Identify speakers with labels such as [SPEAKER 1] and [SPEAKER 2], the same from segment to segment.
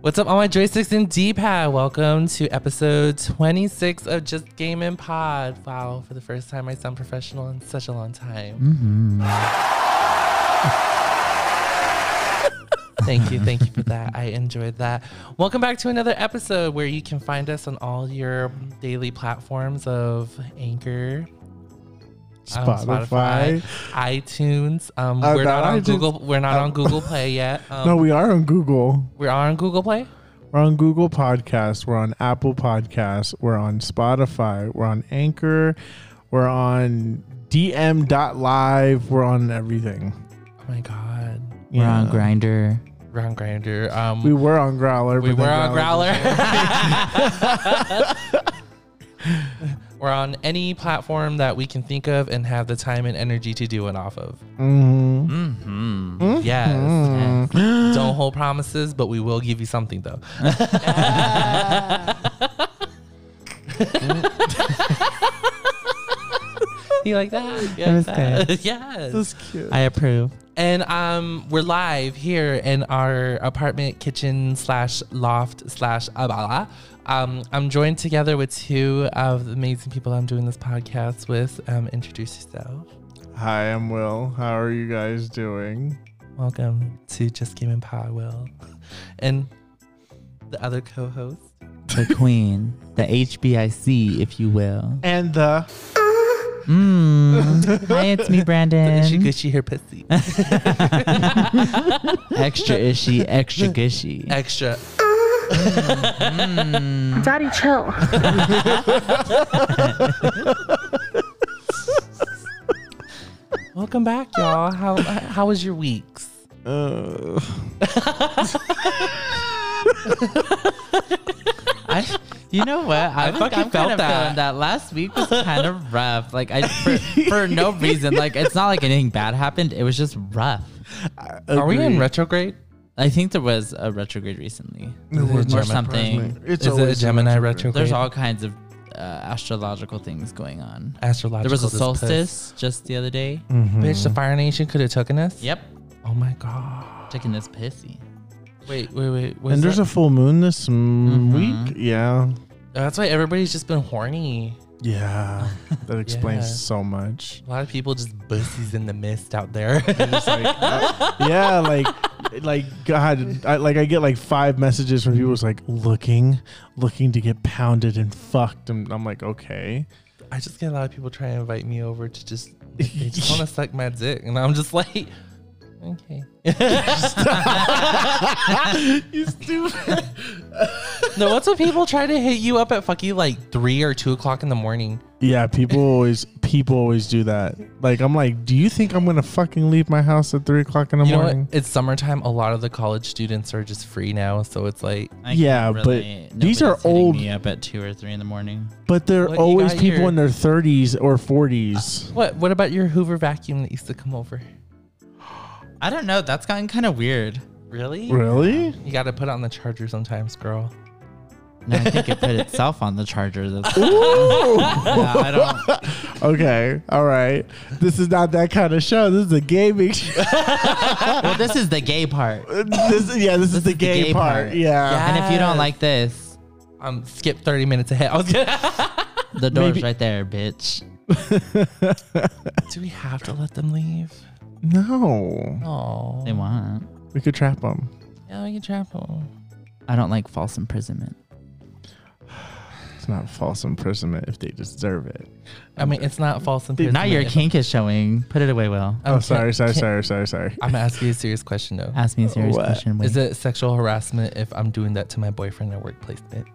[SPEAKER 1] What's up, all my joysticks and D-pad? Welcome to episode 26 of Just Game and Pod. Wow, for the first time, I sound professional in such a long time.
[SPEAKER 2] Mm-hmm.
[SPEAKER 1] thank you, thank you for that. I enjoyed that. Welcome back to another episode where you can find us on all your daily platforms of Anchor. um,
[SPEAKER 2] Spotify.
[SPEAKER 1] iTunes. Um,
[SPEAKER 2] Uh,
[SPEAKER 1] we're not
[SPEAKER 2] that
[SPEAKER 1] on
[SPEAKER 2] iTunes-
[SPEAKER 1] Google. We're not
[SPEAKER 2] uh,
[SPEAKER 1] on Google Play yet. Um,
[SPEAKER 2] No, we are on Google.
[SPEAKER 1] we are on Google Play.
[SPEAKER 2] We're on Google Podcasts. We're on Apple Podcasts. We're on Spotify. We're on Anchor. We're on DM.live. We're on everything.
[SPEAKER 1] Oh my god.
[SPEAKER 3] We're on
[SPEAKER 2] Yeah.
[SPEAKER 3] Grinder.
[SPEAKER 1] We're on Grinder. Um,
[SPEAKER 2] We were on Growler.
[SPEAKER 1] We
[SPEAKER 2] but then
[SPEAKER 1] were on Growler.
[SPEAKER 2] Growler.
[SPEAKER 1] we're on any platform that we can think of and have the time and energy to do it off of.
[SPEAKER 2] Mhm.
[SPEAKER 3] Mm-hmm.
[SPEAKER 1] Yes.
[SPEAKER 2] Mhm.
[SPEAKER 1] Don't hold promises, but we will give you something though. you like that? Yeah.
[SPEAKER 3] was good.
[SPEAKER 1] yes.
[SPEAKER 2] That's cute.
[SPEAKER 3] I approve.
[SPEAKER 1] And um, we're live here in our apartment, kitchen slash loft slash abala. Um, I'm joined together with two of the amazing people I'm doing this podcast with. Um, introduce yourself.
[SPEAKER 2] Hi, I'm Will. How are you guys doing?
[SPEAKER 1] Welcome to Just Game and Pod, Will, and the other co-host.
[SPEAKER 3] The queen, the HBIC, if you will.
[SPEAKER 2] And the
[SPEAKER 3] Mm. Hi, it's me, Brandon.
[SPEAKER 1] She gushy her pussy.
[SPEAKER 3] extra ishy, extra gushy.
[SPEAKER 1] Extra.
[SPEAKER 4] Daddy, chill.
[SPEAKER 1] Welcome back, y'all. How how was your weeks?
[SPEAKER 2] uh,
[SPEAKER 3] I, you know what? I, was,
[SPEAKER 1] fucking
[SPEAKER 3] I'm kind
[SPEAKER 1] felt
[SPEAKER 3] of
[SPEAKER 1] that.
[SPEAKER 3] feeling that. Last week was kind of rough. Like I, for, for no reason. Like it's not like anything bad happened. It was just rough.
[SPEAKER 1] Are we in
[SPEAKER 2] agreed.
[SPEAKER 1] retrograde?
[SPEAKER 3] I think there was a retrograde recently,
[SPEAKER 2] There was
[SPEAKER 1] Gemini
[SPEAKER 3] or something.
[SPEAKER 2] retrograde. It's
[SPEAKER 1] Is it a
[SPEAKER 2] always a
[SPEAKER 1] Gemini
[SPEAKER 2] retrograde.
[SPEAKER 1] retrograde?
[SPEAKER 3] There's all kinds of uh, astrological things going on.
[SPEAKER 1] astrological.
[SPEAKER 3] There was a
[SPEAKER 1] this puss.
[SPEAKER 3] solstice just the other day.
[SPEAKER 2] Mm-hmm.
[SPEAKER 1] Bitch, the Fire Nation could have taken us.
[SPEAKER 3] Yep,
[SPEAKER 1] Oh my god.
[SPEAKER 3] taking this pissy.
[SPEAKER 1] Wait, wait, wait. was
[SPEAKER 2] And there's
[SPEAKER 1] that- Mm-hmm.
[SPEAKER 2] a full moon this mm week. Yeah.
[SPEAKER 1] That's why everybody's just been horny.
[SPEAKER 2] Yeah. That explains
[SPEAKER 1] Yeah.
[SPEAKER 2] so much.
[SPEAKER 1] A lot of people just bussies in the mist out there.
[SPEAKER 2] It's like, uh, yeah, like, like God, I, like I get like five messages from people who's like looking, looking to get pounded and fucked, and I'm like, okay,
[SPEAKER 1] I just get a lot of people trying to invite me over to just they just want to suck my dick, and I'm just like, okay.
[SPEAKER 2] you stupid.
[SPEAKER 1] No, what's when people try to hit you up at fucking like three or two o'clock in the morning?
[SPEAKER 2] Yeah, people always, people always do that. Like, I'm like, do you think I'm gonna fucking leave my house at three o'clock in the
[SPEAKER 1] You know
[SPEAKER 2] morning?
[SPEAKER 1] what? It's summertime. A lot of the college students are just free now, so it's like
[SPEAKER 3] I
[SPEAKER 2] Yeah,
[SPEAKER 3] can't
[SPEAKER 2] but
[SPEAKER 3] relate.
[SPEAKER 2] these
[SPEAKER 3] Nobody's
[SPEAKER 2] are
[SPEAKER 3] hitting
[SPEAKER 2] old-
[SPEAKER 3] Me up at two or three in the morning.
[SPEAKER 2] But there are
[SPEAKER 1] What you
[SPEAKER 2] always
[SPEAKER 1] got
[SPEAKER 2] people
[SPEAKER 1] here?
[SPEAKER 2] in their 30s or 40s.
[SPEAKER 1] what? What about your Hoover vacuum that used to come over?
[SPEAKER 3] I don't know. That's gotten kind of weird.
[SPEAKER 1] Really?
[SPEAKER 2] really?
[SPEAKER 1] You got to put it on the charger sometimes, girl.
[SPEAKER 3] No, I think it put itself on the charger. That's Yeah, I don't.
[SPEAKER 2] Okay. All right. This is not that kind of show. This is a gaming show.
[SPEAKER 3] Well, this is the gay part.
[SPEAKER 2] this, yeah, this, is the gay,
[SPEAKER 3] gay
[SPEAKER 2] part.
[SPEAKER 3] part.
[SPEAKER 2] Yeah.
[SPEAKER 3] And if you
[SPEAKER 1] Yes.
[SPEAKER 3] don't like this,
[SPEAKER 1] Um, skip thirty minutes ahead. I was gonna.
[SPEAKER 3] the door's
[SPEAKER 2] Maybe-
[SPEAKER 3] right there, bitch.
[SPEAKER 1] Do we have to let them leave?
[SPEAKER 2] No.
[SPEAKER 1] Oh,
[SPEAKER 3] They want.
[SPEAKER 2] We could trap them.
[SPEAKER 1] yeah, we can trap them.
[SPEAKER 3] I don't like false imprisonment.
[SPEAKER 2] It's not false imprisonment if they deserve it.
[SPEAKER 1] I mean, it's not false imprisonment.
[SPEAKER 3] Now your
[SPEAKER 1] if-
[SPEAKER 3] kink is showing. Put it away, Will.
[SPEAKER 2] Oh,
[SPEAKER 1] Okay,
[SPEAKER 2] sorry, sorry,
[SPEAKER 1] can-
[SPEAKER 2] sorry, sorry, sorry.
[SPEAKER 1] I'm gonna ask you a serious question though.
[SPEAKER 3] Ask me a serious
[SPEAKER 2] What?
[SPEAKER 3] question. Wait.
[SPEAKER 1] Is it sexual harassment if I'm doing that to my boyfriend at work placement?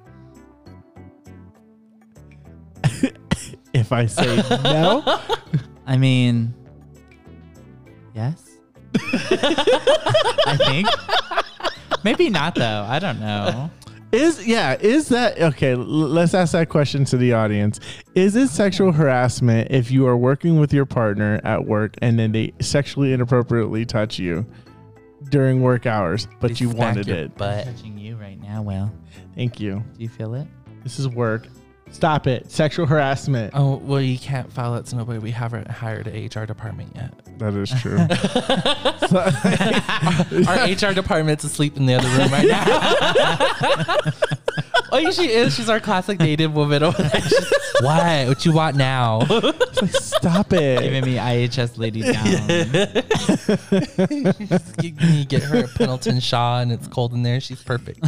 [SPEAKER 2] If I say no,
[SPEAKER 3] I mean, yes. I think. Maybe not though. I don't know.
[SPEAKER 2] is yeah, is that okay? l- Let's ask that question to the audience. Is it sexual harassment if you are working with your partner at work and then they sexually inappropriately touch you during work hours, but
[SPEAKER 1] They
[SPEAKER 2] you
[SPEAKER 1] smack
[SPEAKER 2] wanted
[SPEAKER 1] your
[SPEAKER 2] it?
[SPEAKER 1] Butt.
[SPEAKER 3] Touching you right now, Will.
[SPEAKER 2] Thank you.
[SPEAKER 3] Do you feel it?
[SPEAKER 2] This is work. Stop it. Sexual harassment.
[SPEAKER 1] Oh, well, you can't file it to nobody. We haven't hired a HR department yet.
[SPEAKER 2] That is true. So-
[SPEAKER 1] Our HR department's asleep in the other room right now. oh, yeah, she is. She's our classic native woman. over there. She's, what? What you want now?
[SPEAKER 2] Stop it.
[SPEAKER 3] Giving me IHS lady down.
[SPEAKER 1] you, you get her a Pendleton Shaw and it's cold in there. She's perfect.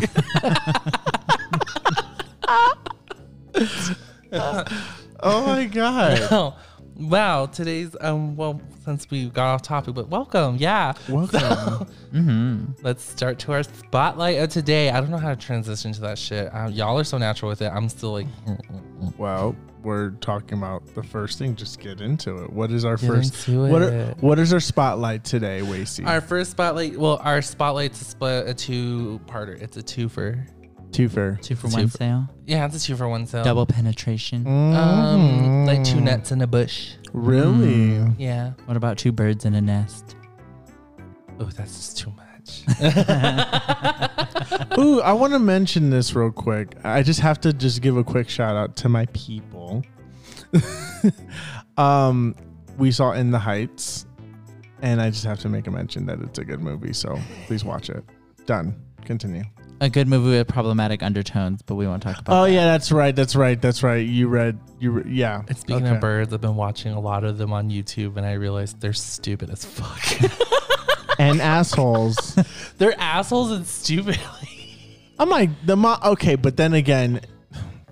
[SPEAKER 2] Oh my god.
[SPEAKER 1] Oh, wow. Today's, um, well, since we got off topic, but welcome. Yeah.
[SPEAKER 2] Welcome.
[SPEAKER 3] Mm-hmm.
[SPEAKER 1] Let's start to our spotlight of today. I don't know how to transition to that shit. Um, y'all are so natural with it. I'm still like,
[SPEAKER 2] Well, we're talking about the first thing. Just get into it. What is our
[SPEAKER 1] Get
[SPEAKER 2] first?
[SPEAKER 1] into
[SPEAKER 2] What are,
[SPEAKER 1] it.
[SPEAKER 2] what is our spotlight today, Wacy?
[SPEAKER 1] Our first spotlight. Well, our spotlight's a split a two-parter. It's a twofer.
[SPEAKER 2] Two fair.
[SPEAKER 3] Two for
[SPEAKER 1] Two
[SPEAKER 3] one
[SPEAKER 1] for- Oh.
[SPEAKER 3] sale.
[SPEAKER 1] Yeah, it's a two for one sale.
[SPEAKER 3] Double penetration.
[SPEAKER 1] Um, like two nuts in a bush.
[SPEAKER 2] Mm. Really?
[SPEAKER 1] Yeah.
[SPEAKER 3] What about two birds in a nest?
[SPEAKER 1] Oh, that's just too much.
[SPEAKER 2] Ooh, I want to mention this real quick. I just have to just give a quick shout out to my people. um, we saw In the Heights, and I just have to make a mention that it's a good movie. So please watch it. Done. Continue.
[SPEAKER 3] A good movie with problematic undertones, but we won't talk about
[SPEAKER 2] Oh
[SPEAKER 3] that.
[SPEAKER 2] yeah, that's right. That's right. That's right. You read. You re- yeah.
[SPEAKER 1] And Speaking
[SPEAKER 2] Okay.
[SPEAKER 1] of birds, I've been watching a lot of them on YouTube, and I realized they're stupid as fuck.
[SPEAKER 2] and assholes.
[SPEAKER 1] they're assholes and stupid. Like,
[SPEAKER 2] I'm like the mo- okay, but then again,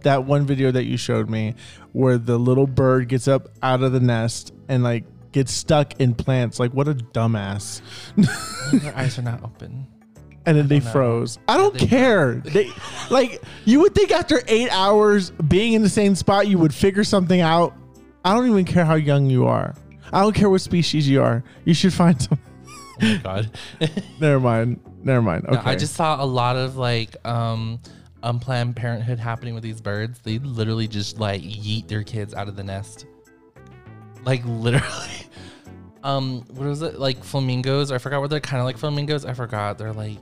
[SPEAKER 2] that one video that you showed me where the little bird gets up out of the nest and like gets stuck in plants. Like what a dumbass.
[SPEAKER 1] their eyes are not open.
[SPEAKER 2] And then they
[SPEAKER 1] know.
[SPEAKER 2] froze. I don't care. They like you would think after 8 hours being in the same spot you would figure something out. I don't even care how young you are. I don't care what species you are. You should find some
[SPEAKER 1] Oh my god.
[SPEAKER 2] Never mind. Never mind. Okay.
[SPEAKER 1] No, I just saw a lot of like um unplanned parenthood happening with these birds. They literally just like yeet their kids out of the nest. Like literally. Um, what was it? Like flamingos. I forgot what they're kind of like flamingos. I forgot. They're like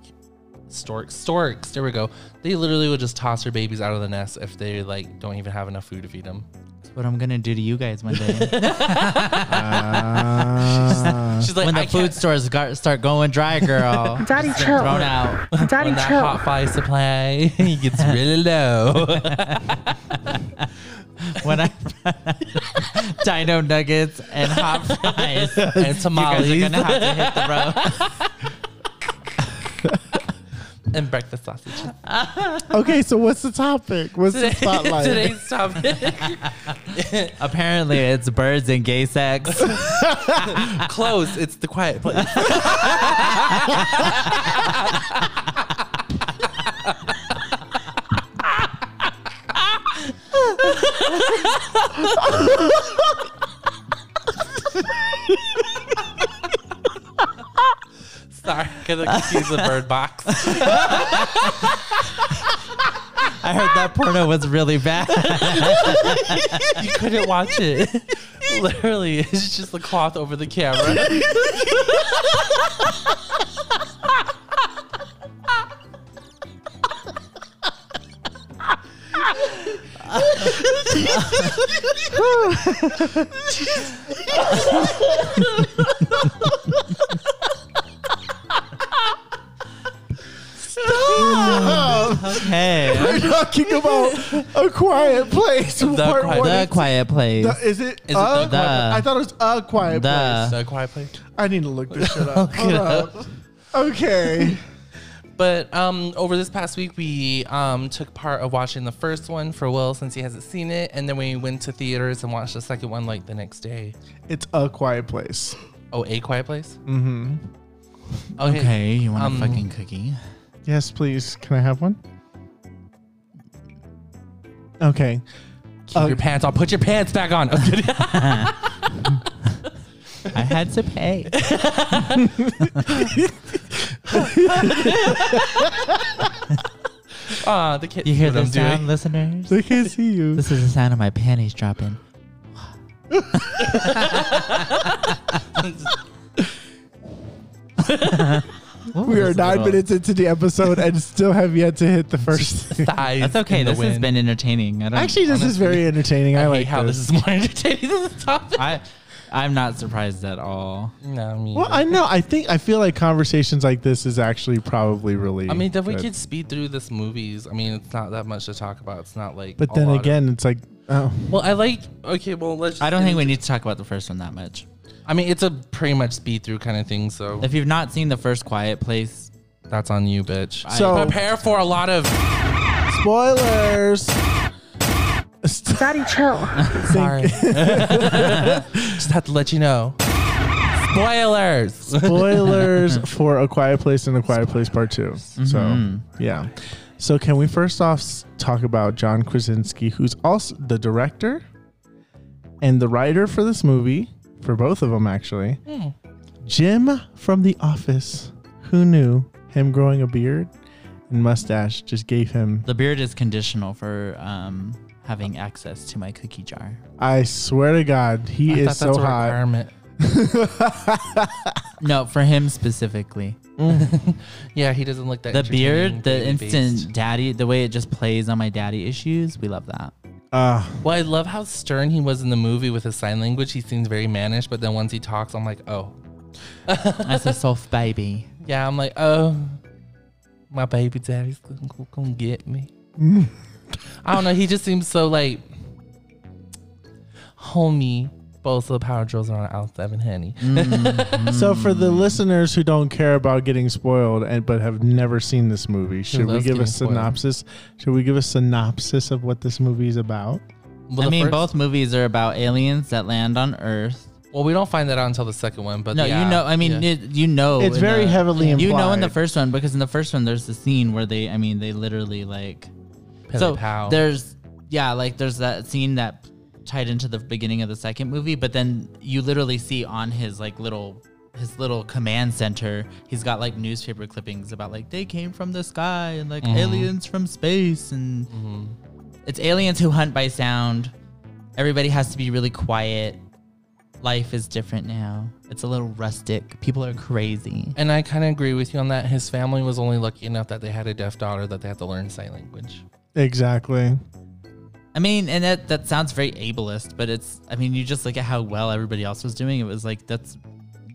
[SPEAKER 1] storks. Storks. There we go. They literally would just toss their babies out of the nest if they like don't even have enough food to feed them.
[SPEAKER 3] That's what I'm gonna do to you guys one day.
[SPEAKER 2] Ah.
[SPEAKER 1] She's like,
[SPEAKER 3] when the
[SPEAKER 1] I
[SPEAKER 3] food
[SPEAKER 1] can't.
[SPEAKER 3] stores got, start going dry, girl.
[SPEAKER 4] Daddy,
[SPEAKER 3] just get
[SPEAKER 4] chill.
[SPEAKER 3] Thrown out.
[SPEAKER 4] Daddy,
[SPEAKER 1] when that
[SPEAKER 4] chill.
[SPEAKER 1] hot fire supply gets really low.
[SPEAKER 3] When I dino nuggets and hot fries
[SPEAKER 1] And
[SPEAKER 3] You
[SPEAKER 1] tamales.
[SPEAKER 3] guys are gonna have to hit the road.
[SPEAKER 1] and breakfast sausage.
[SPEAKER 2] okay, so what's the topic? What's the spotlight?
[SPEAKER 1] Today's topic.
[SPEAKER 3] Apparently, it's birds and gay sex.
[SPEAKER 1] Close. It's the quiet place. Sorry, gonna confuse the bird box.
[SPEAKER 3] I heard that porno was really bad.
[SPEAKER 1] You couldn't watch it. Literally, it's just the cloth over the camera.
[SPEAKER 3] Hey,
[SPEAKER 2] We're talking about a quiet place. part
[SPEAKER 1] Quiet-
[SPEAKER 2] one.
[SPEAKER 3] the quiet place.
[SPEAKER 2] The- is it?
[SPEAKER 1] Is it
[SPEAKER 2] a
[SPEAKER 1] the-
[SPEAKER 2] quiet- I thought it was a quiet
[SPEAKER 3] The-
[SPEAKER 1] So quiet place.
[SPEAKER 2] place. I need to look this shit up. Hold up. Okay.
[SPEAKER 1] But um, over this past week, we um, took part of watching the first one for Will since he hasn't seen it, and then we went to theaters and watched the second one like the next day.
[SPEAKER 2] It's a quiet place.
[SPEAKER 1] Oh, A Quiet Place. Mm-hmm. Okay.
[SPEAKER 3] Okay, you want
[SPEAKER 1] Um,
[SPEAKER 3] a fucking cookie?
[SPEAKER 2] Yes, please. Can I have one? Okay.
[SPEAKER 1] Keep
[SPEAKER 2] Oh.
[SPEAKER 1] your pants on. Put your pants back on.
[SPEAKER 3] I had to pay.
[SPEAKER 1] Ah, the kids.
[SPEAKER 3] You hear
[SPEAKER 1] what
[SPEAKER 3] the
[SPEAKER 1] I'm doing.
[SPEAKER 3] sound, listeners?
[SPEAKER 2] They can't see you.
[SPEAKER 3] This is the sound of my panties dropping. Ooh,
[SPEAKER 2] We are
[SPEAKER 3] this is a
[SPEAKER 2] nine
[SPEAKER 3] little-
[SPEAKER 2] minutes into the episode and still have yet to hit the first. thing.
[SPEAKER 1] Thighs
[SPEAKER 3] That's okay.
[SPEAKER 1] in the
[SPEAKER 3] This has
[SPEAKER 1] wind.
[SPEAKER 3] been entertaining. I don't
[SPEAKER 2] Actually, this is very entertaining.
[SPEAKER 1] I,
[SPEAKER 2] I,
[SPEAKER 1] hate
[SPEAKER 2] like
[SPEAKER 1] how this. is more entertaining than the topic.
[SPEAKER 3] I I'm not surprised at all.
[SPEAKER 1] no, me.
[SPEAKER 2] Well,
[SPEAKER 1] either.
[SPEAKER 2] I know. I think I feel like conversations like this is actually probably really.
[SPEAKER 1] I mean, then we
[SPEAKER 2] good.
[SPEAKER 1] could speed through this movies. I mean, it's not that much to talk about. It's not like.
[SPEAKER 2] But
[SPEAKER 1] a
[SPEAKER 2] then
[SPEAKER 1] lot of-
[SPEAKER 2] again, it's like, oh,
[SPEAKER 1] well, I like. Okay, well, let's. Just
[SPEAKER 3] I don't
[SPEAKER 1] get
[SPEAKER 3] think we
[SPEAKER 1] into-
[SPEAKER 3] need to talk about the first one that much.
[SPEAKER 1] I mean, it's a pretty much speed through kind of thing. So
[SPEAKER 3] If you've not seen the first Quiet Place,
[SPEAKER 1] that's on you, bitch.
[SPEAKER 2] So-
[SPEAKER 1] prepare for a lot of.
[SPEAKER 2] spoilers.
[SPEAKER 4] Daddy, chill.
[SPEAKER 1] Sorry. just have to let you know. Spoilers.
[SPEAKER 2] spoilers for A Quiet Place and A Quiet Place Part 2.
[SPEAKER 3] Mhm.
[SPEAKER 2] So, yeah. So, can we first off s- talk about John Krasinski, who's also the director and the writer for this movie, for both of them, actually? Jim from The Office. Who knew him growing a beard and mustache just gave him,
[SPEAKER 3] the beard is conditional for um, having access to my cookie jar.
[SPEAKER 2] I swear to God, he
[SPEAKER 1] I
[SPEAKER 2] is
[SPEAKER 1] thought that's
[SPEAKER 2] so
[SPEAKER 1] a
[SPEAKER 2] hot.
[SPEAKER 1] requirement.
[SPEAKER 3] No, for him specifically.
[SPEAKER 1] Yeah, he doesn't look that.
[SPEAKER 3] The
[SPEAKER 1] entertaining,
[SPEAKER 3] beard, the
[SPEAKER 1] baby-faced.
[SPEAKER 3] instant daddy, the way it just plays on my daddy issues, we love that.
[SPEAKER 2] Uh,
[SPEAKER 1] Well, I love how stern he was in the movie with his sign language. He seems very mannish, but then once he talks, I'm like, oh,
[SPEAKER 3] That's a soft baby.
[SPEAKER 1] yeah, I'm like, oh, my baby daddy's gonna, gonna get me. I don't know. He just seems so like homie. Both of the power drills are on aisle seven, honey.
[SPEAKER 2] So for the listeners who don't care about getting spoiled and but have never seen this movie, should we
[SPEAKER 1] loves
[SPEAKER 2] give a
[SPEAKER 1] getting spoiled.
[SPEAKER 2] synopsis? Should we give a synopsis of what this movie is about?
[SPEAKER 1] Well,
[SPEAKER 3] I
[SPEAKER 1] the
[SPEAKER 3] mean,
[SPEAKER 1] first-
[SPEAKER 3] both movies are about aliens that land on Earth.
[SPEAKER 1] Well, we don't find that out until the second one, but
[SPEAKER 3] No,
[SPEAKER 1] yeah,
[SPEAKER 3] you know, I mean,
[SPEAKER 1] yeah.
[SPEAKER 3] it, you know,
[SPEAKER 2] It's
[SPEAKER 3] in
[SPEAKER 2] very
[SPEAKER 3] the-
[SPEAKER 2] heavily implied.
[SPEAKER 3] You know, in the first one, because in the first one, there's the scene where they, I mean, they literally like
[SPEAKER 1] Pili
[SPEAKER 3] so
[SPEAKER 1] pow.
[SPEAKER 3] there's yeah like there's that scene that tied into the beginning of the second movie but then you literally see on his like little his little command center he's got like newspaper clippings about like they came from the sky and like aliens from space and it's aliens who hunt by sound everybody has to be really quiet life is different now it's a little rustic people are crazy
[SPEAKER 1] and I kind of agree with you on that. His family was only lucky enough that they had a deaf daughter that they had to learn sign language.
[SPEAKER 2] Exactly.
[SPEAKER 3] I mean, and that that sounds very ableist, but it's. I mean, you just look at how well everybody else was doing. It was like that's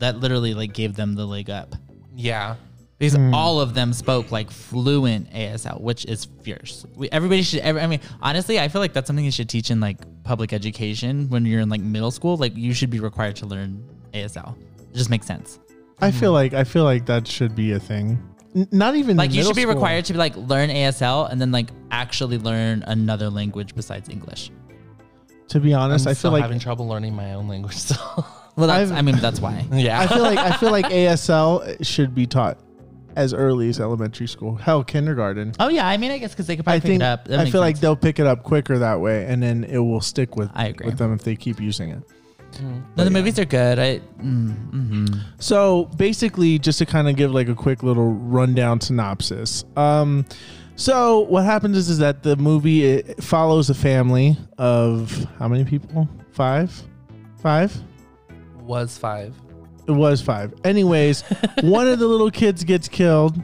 [SPEAKER 3] that literally like gave them the leg up
[SPEAKER 1] Yeah,
[SPEAKER 3] because
[SPEAKER 2] Hmm.
[SPEAKER 3] all of them spoke like fluent ASL, which is fierce. We, everybody should. Every, I mean, honestly, I feel like that's something you should teach in like public education when you're in like middle school. Like you should be required to learn ASL. It just makes sense.
[SPEAKER 2] I feel like I feel like that should be a thing. N- not even
[SPEAKER 3] Hmm. Like you
[SPEAKER 2] middle
[SPEAKER 3] should be
[SPEAKER 2] school.
[SPEAKER 3] required to like learn ASL and then like actually learn another language besides English.
[SPEAKER 2] To be honest,
[SPEAKER 1] I'm
[SPEAKER 2] I
[SPEAKER 1] still
[SPEAKER 2] feel like
[SPEAKER 1] having trouble learning my own language. So
[SPEAKER 3] Well, that's,
[SPEAKER 2] I've-
[SPEAKER 3] I mean, that's why.
[SPEAKER 1] yeah,
[SPEAKER 2] I feel like I feel like ASL should be taught as early as elementary school. Hell, kindergarten.
[SPEAKER 3] Oh yeah, I mean, I guess because they could probably
[SPEAKER 2] I
[SPEAKER 3] pick
[SPEAKER 2] think
[SPEAKER 3] it
[SPEAKER 2] I
[SPEAKER 3] up. That
[SPEAKER 2] feel
[SPEAKER 3] makes
[SPEAKER 2] like
[SPEAKER 3] sense.
[SPEAKER 2] they'll pick it up quicker that way, and then it will stick with
[SPEAKER 3] I agree.
[SPEAKER 2] with them if they keep using it.
[SPEAKER 3] No, the movies are good. I mm, hmm
[SPEAKER 2] So basically, just to kind of give like a quick little rundown synopsis. Um, so what happens is, is that the movie it follows a family of how many people? Five, five.
[SPEAKER 1] was five.
[SPEAKER 2] It was five. Anyways, one of the little kids gets killed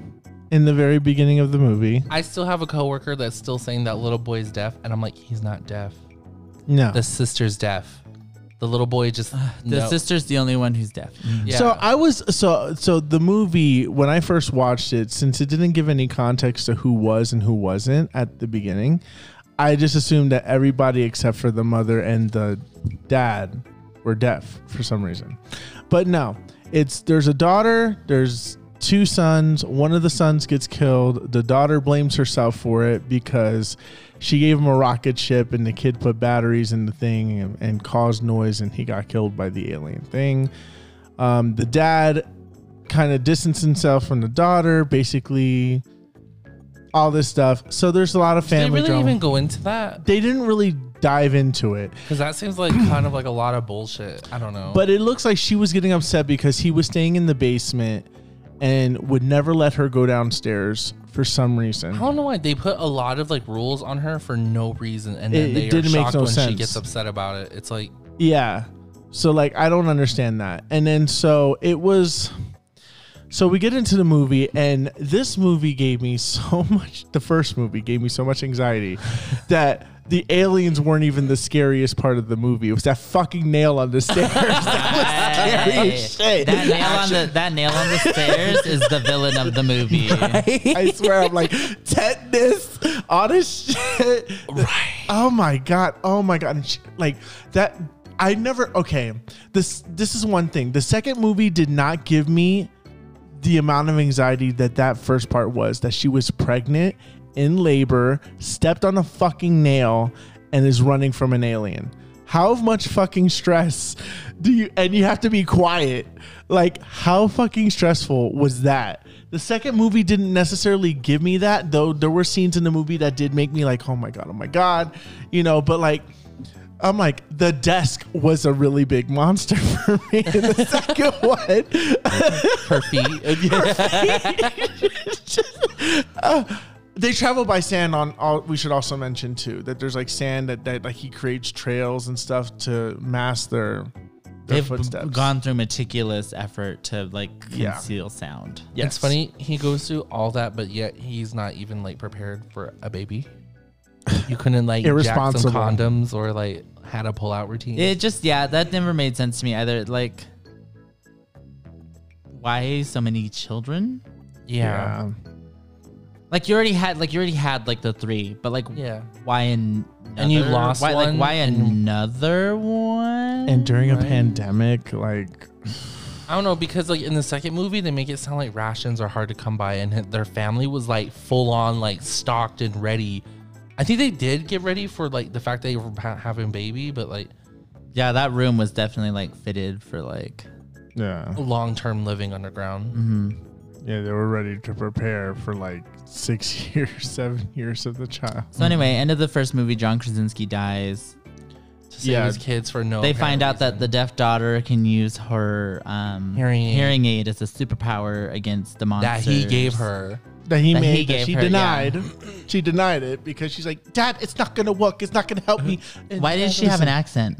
[SPEAKER 2] in the very beginning of the movie.
[SPEAKER 1] I still have a coworker that's still saying that little boy's deaf, and I'm like, he's not deaf.
[SPEAKER 2] No.
[SPEAKER 1] The sister's deaf. The little boy just
[SPEAKER 3] the
[SPEAKER 1] no.
[SPEAKER 3] sister's the only one who's deaf.
[SPEAKER 1] Yeah.
[SPEAKER 2] So I was so so the movie when I first watched it, since it didn't give any context to who was and who wasn't at the beginning, I just assumed that everybody except for the mother and the dad were deaf for some reason. But no, it's there's a daughter, there's two sons, one of the sons gets killed, the daughter blames herself for it because she gave him a rocket ship and the kid put batteries in the thing and, and caused noise and he got killed by the alien thing. Um, the dad kind of distanced himself from the daughter, basically all this stuff. So there's a lot of
[SPEAKER 1] Did they
[SPEAKER 2] family
[SPEAKER 1] really
[SPEAKER 2] drama.
[SPEAKER 1] even go into that?
[SPEAKER 2] they didn't really dive into it,
[SPEAKER 1] Because that seems like kind of like a lot of bullshit. I don't know.
[SPEAKER 2] but it looks like she was getting upset because he was staying in the basement and would never let her go downstairs for some
[SPEAKER 1] I
[SPEAKER 2] reason.
[SPEAKER 1] don't know why they put a lot of like rules on her for no reason, and then
[SPEAKER 2] It- it
[SPEAKER 1] they
[SPEAKER 2] didn't
[SPEAKER 1] are
[SPEAKER 2] make
[SPEAKER 1] shocked
[SPEAKER 2] no
[SPEAKER 1] when she
[SPEAKER 2] sense.
[SPEAKER 1] gets upset about it. It's like
[SPEAKER 2] Yeah. So like I don't understand that. And then so it was So we get into the movie, and this movie gave me so much. The first movie gave me so much anxiety that the aliens weren't even the scariest part of the movie. It was that fucking nail on the stairs. that was scary
[SPEAKER 3] Hey,
[SPEAKER 2] as shit.
[SPEAKER 3] That nail on the that nail on the stairs is the villain of the movie.
[SPEAKER 2] I swear, I'm like tetanus, all this shit. Right. Oh my god. Oh my god. And she- Like that. I never. Okay. This. This is one thing. The second movie did not give me the amount of anxiety that that first part was. That she was pregnant, in labor, stepped on a fucking nail, and is running from an alien. How much fucking stress do you and you have to be quiet? Like how fucking stressful was that? The second movie didn't necessarily give me that, though there were scenes in the movie that did make me like, "Oh my god, oh my god." You know, but like I'm like, the desk was a really big monster for me in the second one.
[SPEAKER 3] Her feet.
[SPEAKER 2] They travel by sand on all we should also mention too that there's like sand that, that like he creates trails and stuff to mask their their
[SPEAKER 3] They've
[SPEAKER 2] footsteps.
[SPEAKER 3] gone through meticulous effort to like
[SPEAKER 2] Yeah.
[SPEAKER 3] conceal sound.
[SPEAKER 2] Yes.
[SPEAKER 1] It's funny, he goes through all that, but yet he's not even like prepared for a baby. You couldn't like jack some
[SPEAKER 2] Irresponsible.
[SPEAKER 1] condoms or like had a pull out routine.
[SPEAKER 3] It just yeah, that never made sense to me either. Like, why so many children?
[SPEAKER 1] yeah.
[SPEAKER 2] Yeah.
[SPEAKER 3] Like you already had like you already had like the three, but like
[SPEAKER 1] Yeah.
[SPEAKER 3] why an
[SPEAKER 1] And you
[SPEAKER 3] another-
[SPEAKER 1] lost
[SPEAKER 3] why,
[SPEAKER 1] one,
[SPEAKER 3] Like why
[SPEAKER 1] and-
[SPEAKER 3] another one?
[SPEAKER 2] And during a pandemic, like
[SPEAKER 1] I don't know because like in the second movie they make it sound like rations are hard to come by and their family was like full on like stocked and ready. I think they did get ready for like the fact that they were ha- having baby, but like
[SPEAKER 3] yeah, that room was definitely like fitted for like
[SPEAKER 2] yeah,
[SPEAKER 3] Oh.
[SPEAKER 1] long term living underground.
[SPEAKER 2] yeah, they were ready to prepare for like six years, seven years of the child.
[SPEAKER 3] So anyway, end of the first movie, John Krasinski dies.
[SPEAKER 1] To save
[SPEAKER 2] Yeah.
[SPEAKER 1] his kids for no.
[SPEAKER 3] They
[SPEAKER 1] apparent
[SPEAKER 3] find out that
[SPEAKER 1] reason.
[SPEAKER 3] the deaf daughter can use her um,
[SPEAKER 1] Hearing aid.
[SPEAKER 3] aid as a superpower against the
[SPEAKER 1] that
[SPEAKER 3] monsters.
[SPEAKER 1] he gave her.
[SPEAKER 2] That he
[SPEAKER 3] That
[SPEAKER 2] made
[SPEAKER 3] he
[SPEAKER 2] that
[SPEAKER 3] gave
[SPEAKER 2] she
[SPEAKER 3] her,
[SPEAKER 2] denied. She denied it because she's like, Dad, it's not gonna work. It's not gonna help me. And
[SPEAKER 3] Why did
[SPEAKER 2] I
[SPEAKER 3] she have an
[SPEAKER 2] listen,
[SPEAKER 3] accent?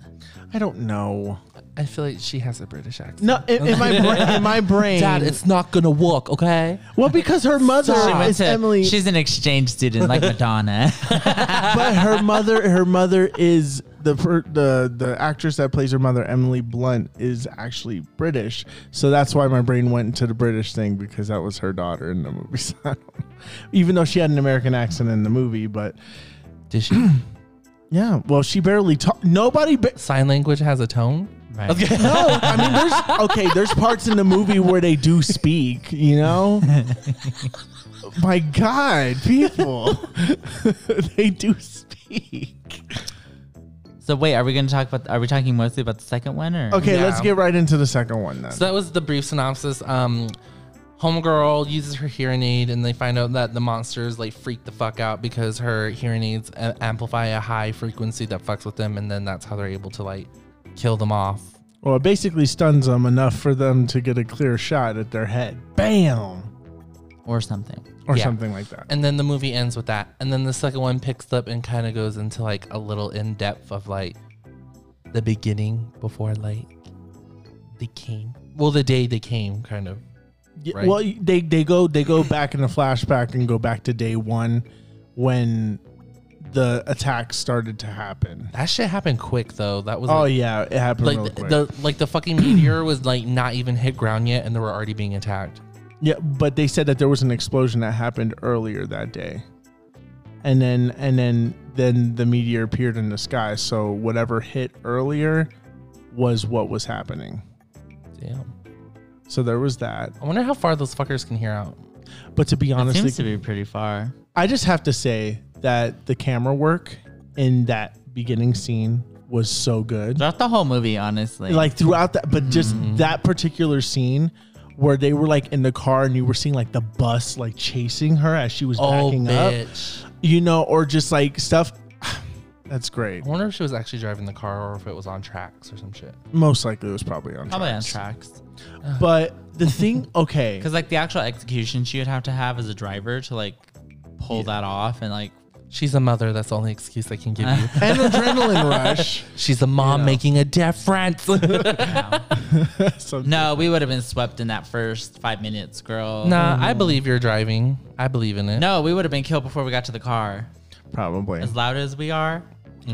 [SPEAKER 2] I don't know.
[SPEAKER 1] I feel like she has a British accent.
[SPEAKER 2] No, in, in my brain, in my brain.
[SPEAKER 1] Dad, it's not gonna work, okay?
[SPEAKER 2] well because her mother
[SPEAKER 3] She went
[SPEAKER 2] is
[SPEAKER 3] to-
[SPEAKER 2] Emily.
[SPEAKER 3] She's an exchange student like Madonna.
[SPEAKER 2] but her mother, her mother is the per, the the actress that plays her mother, Emily Blunt, is actually British. So that's why my brain went into the British thing because that was her daughter in the movie. So I don't- even though she had an American accent in the movie, but
[SPEAKER 1] Did she?
[SPEAKER 2] yeah, well, she barely talked. Nobody. Ba-
[SPEAKER 1] Sign language has a tone.
[SPEAKER 3] right.
[SPEAKER 2] no, I mean, there's okay. There's parts in the movie where they do speak. You know. My God, people, they do speak.
[SPEAKER 3] So wait, are we going to talk about? Are we talking mostly about the second one or?
[SPEAKER 2] Okay, let's
[SPEAKER 1] Yeah.
[SPEAKER 2] get right into the second one then.
[SPEAKER 1] So that was the brief synopsis. Um, homegirl uses her hearing aid, and they find out that the monsters like freak the fuck out because her hearing aids uh, amplify a high frequency that fucks with them, and then that's how they're able to like kill them off.
[SPEAKER 2] Well, it basically stuns them enough for them to get a clear shot at their head. Bam!
[SPEAKER 3] Or something.
[SPEAKER 2] Or
[SPEAKER 1] Yeah.
[SPEAKER 2] something like that.
[SPEAKER 1] And then the movie ends with that, and then the second one picks up and kind of goes into like a little in depth of like the beginning before like they came. Well, the day they came, kind of.
[SPEAKER 2] Yeah,
[SPEAKER 1] right.
[SPEAKER 2] Well, they, they go they go back in a flashback and go back to day one when the attack started to happen.
[SPEAKER 1] That shit happened quick though. That was
[SPEAKER 2] Oh
[SPEAKER 1] like,
[SPEAKER 2] yeah, it happened
[SPEAKER 1] like
[SPEAKER 2] real
[SPEAKER 1] the,
[SPEAKER 2] quick.
[SPEAKER 1] the like the fucking meteor was like not even hit ground yet, and they were already being attacked.
[SPEAKER 2] yeah, but they said that there was an explosion that happened earlier that day, and then and then then the meteor appeared in the sky. So whatever hit earlier was what was happening.
[SPEAKER 1] Damn.
[SPEAKER 2] So there was that.
[SPEAKER 1] I wonder how far those fuckers can hear out.
[SPEAKER 2] But to be honest,
[SPEAKER 3] it
[SPEAKER 2] the-
[SPEAKER 3] seems to be pretty far.
[SPEAKER 2] I just have to say that the camera work in that beginning scene was so good.
[SPEAKER 3] Throughout the whole movie, honestly.
[SPEAKER 2] Like throughout that, but just
[SPEAKER 3] Mm-hmm.
[SPEAKER 2] that particular scene where they were like in the car and you were seeing like the bus like chasing her as she was
[SPEAKER 1] Oh,
[SPEAKER 2] backing up,
[SPEAKER 1] bitch.
[SPEAKER 2] you know, or just like stuff. That's great.
[SPEAKER 1] I wonder if she was actually driving the car or if it was on tracks or some shit.
[SPEAKER 2] Most likely it was probably on.
[SPEAKER 3] probably on
[SPEAKER 2] tracks.
[SPEAKER 3] tracks.
[SPEAKER 2] But the thing, okay,
[SPEAKER 3] Because like the actual execution she would have to have as a driver to like pull that off and like
[SPEAKER 1] She's a mother. That's the only excuse I can give you.
[SPEAKER 2] An adrenaline rush.
[SPEAKER 1] She's a mom
[SPEAKER 2] Yeah.
[SPEAKER 1] making a difference.
[SPEAKER 3] No.
[SPEAKER 2] Something.
[SPEAKER 3] No, we would have been swept in that first five minutes, girl.
[SPEAKER 1] nah,
[SPEAKER 2] Mm.
[SPEAKER 1] I believe you're driving. I believe in it.
[SPEAKER 3] No, we would have been killed before we got to the car.
[SPEAKER 2] Probably.
[SPEAKER 3] As loud as we are,
[SPEAKER 2] Uh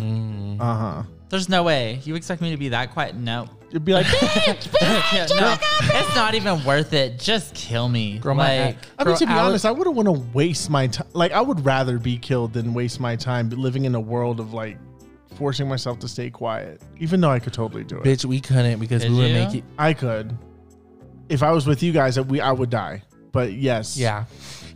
[SPEAKER 2] huh.
[SPEAKER 3] there's no way. You expect me to be that quiet? No.
[SPEAKER 2] You'd be like,
[SPEAKER 3] Yeah, no, it's not even worth it. Just kill me.
[SPEAKER 1] Girl, my
[SPEAKER 3] like,
[SPEAKER 1] ac-
[SPEAKER 2] I mean,
[SPEAKER 1] Girl,
[SPEAKER 2] to be
[SPEAKER 1] Alex-
[SPEAKER 2] honest, I wouldn't want to waste my time. Like, I would rather be killed than waste my time living in a world of like forcing myself to stay quiet, even though I could totally do it.
[SPEAKER 1] Bitch, we couldn't because
[SPEAKER 3] Did
[SPEAKER 1] we would
[SPEAKER 3] you?
[SPEAKER 1] make it.
[SPEAKER 2] I could. If I was with you guys, we I would die. But yes,
[SPEAKER 1] Yeah.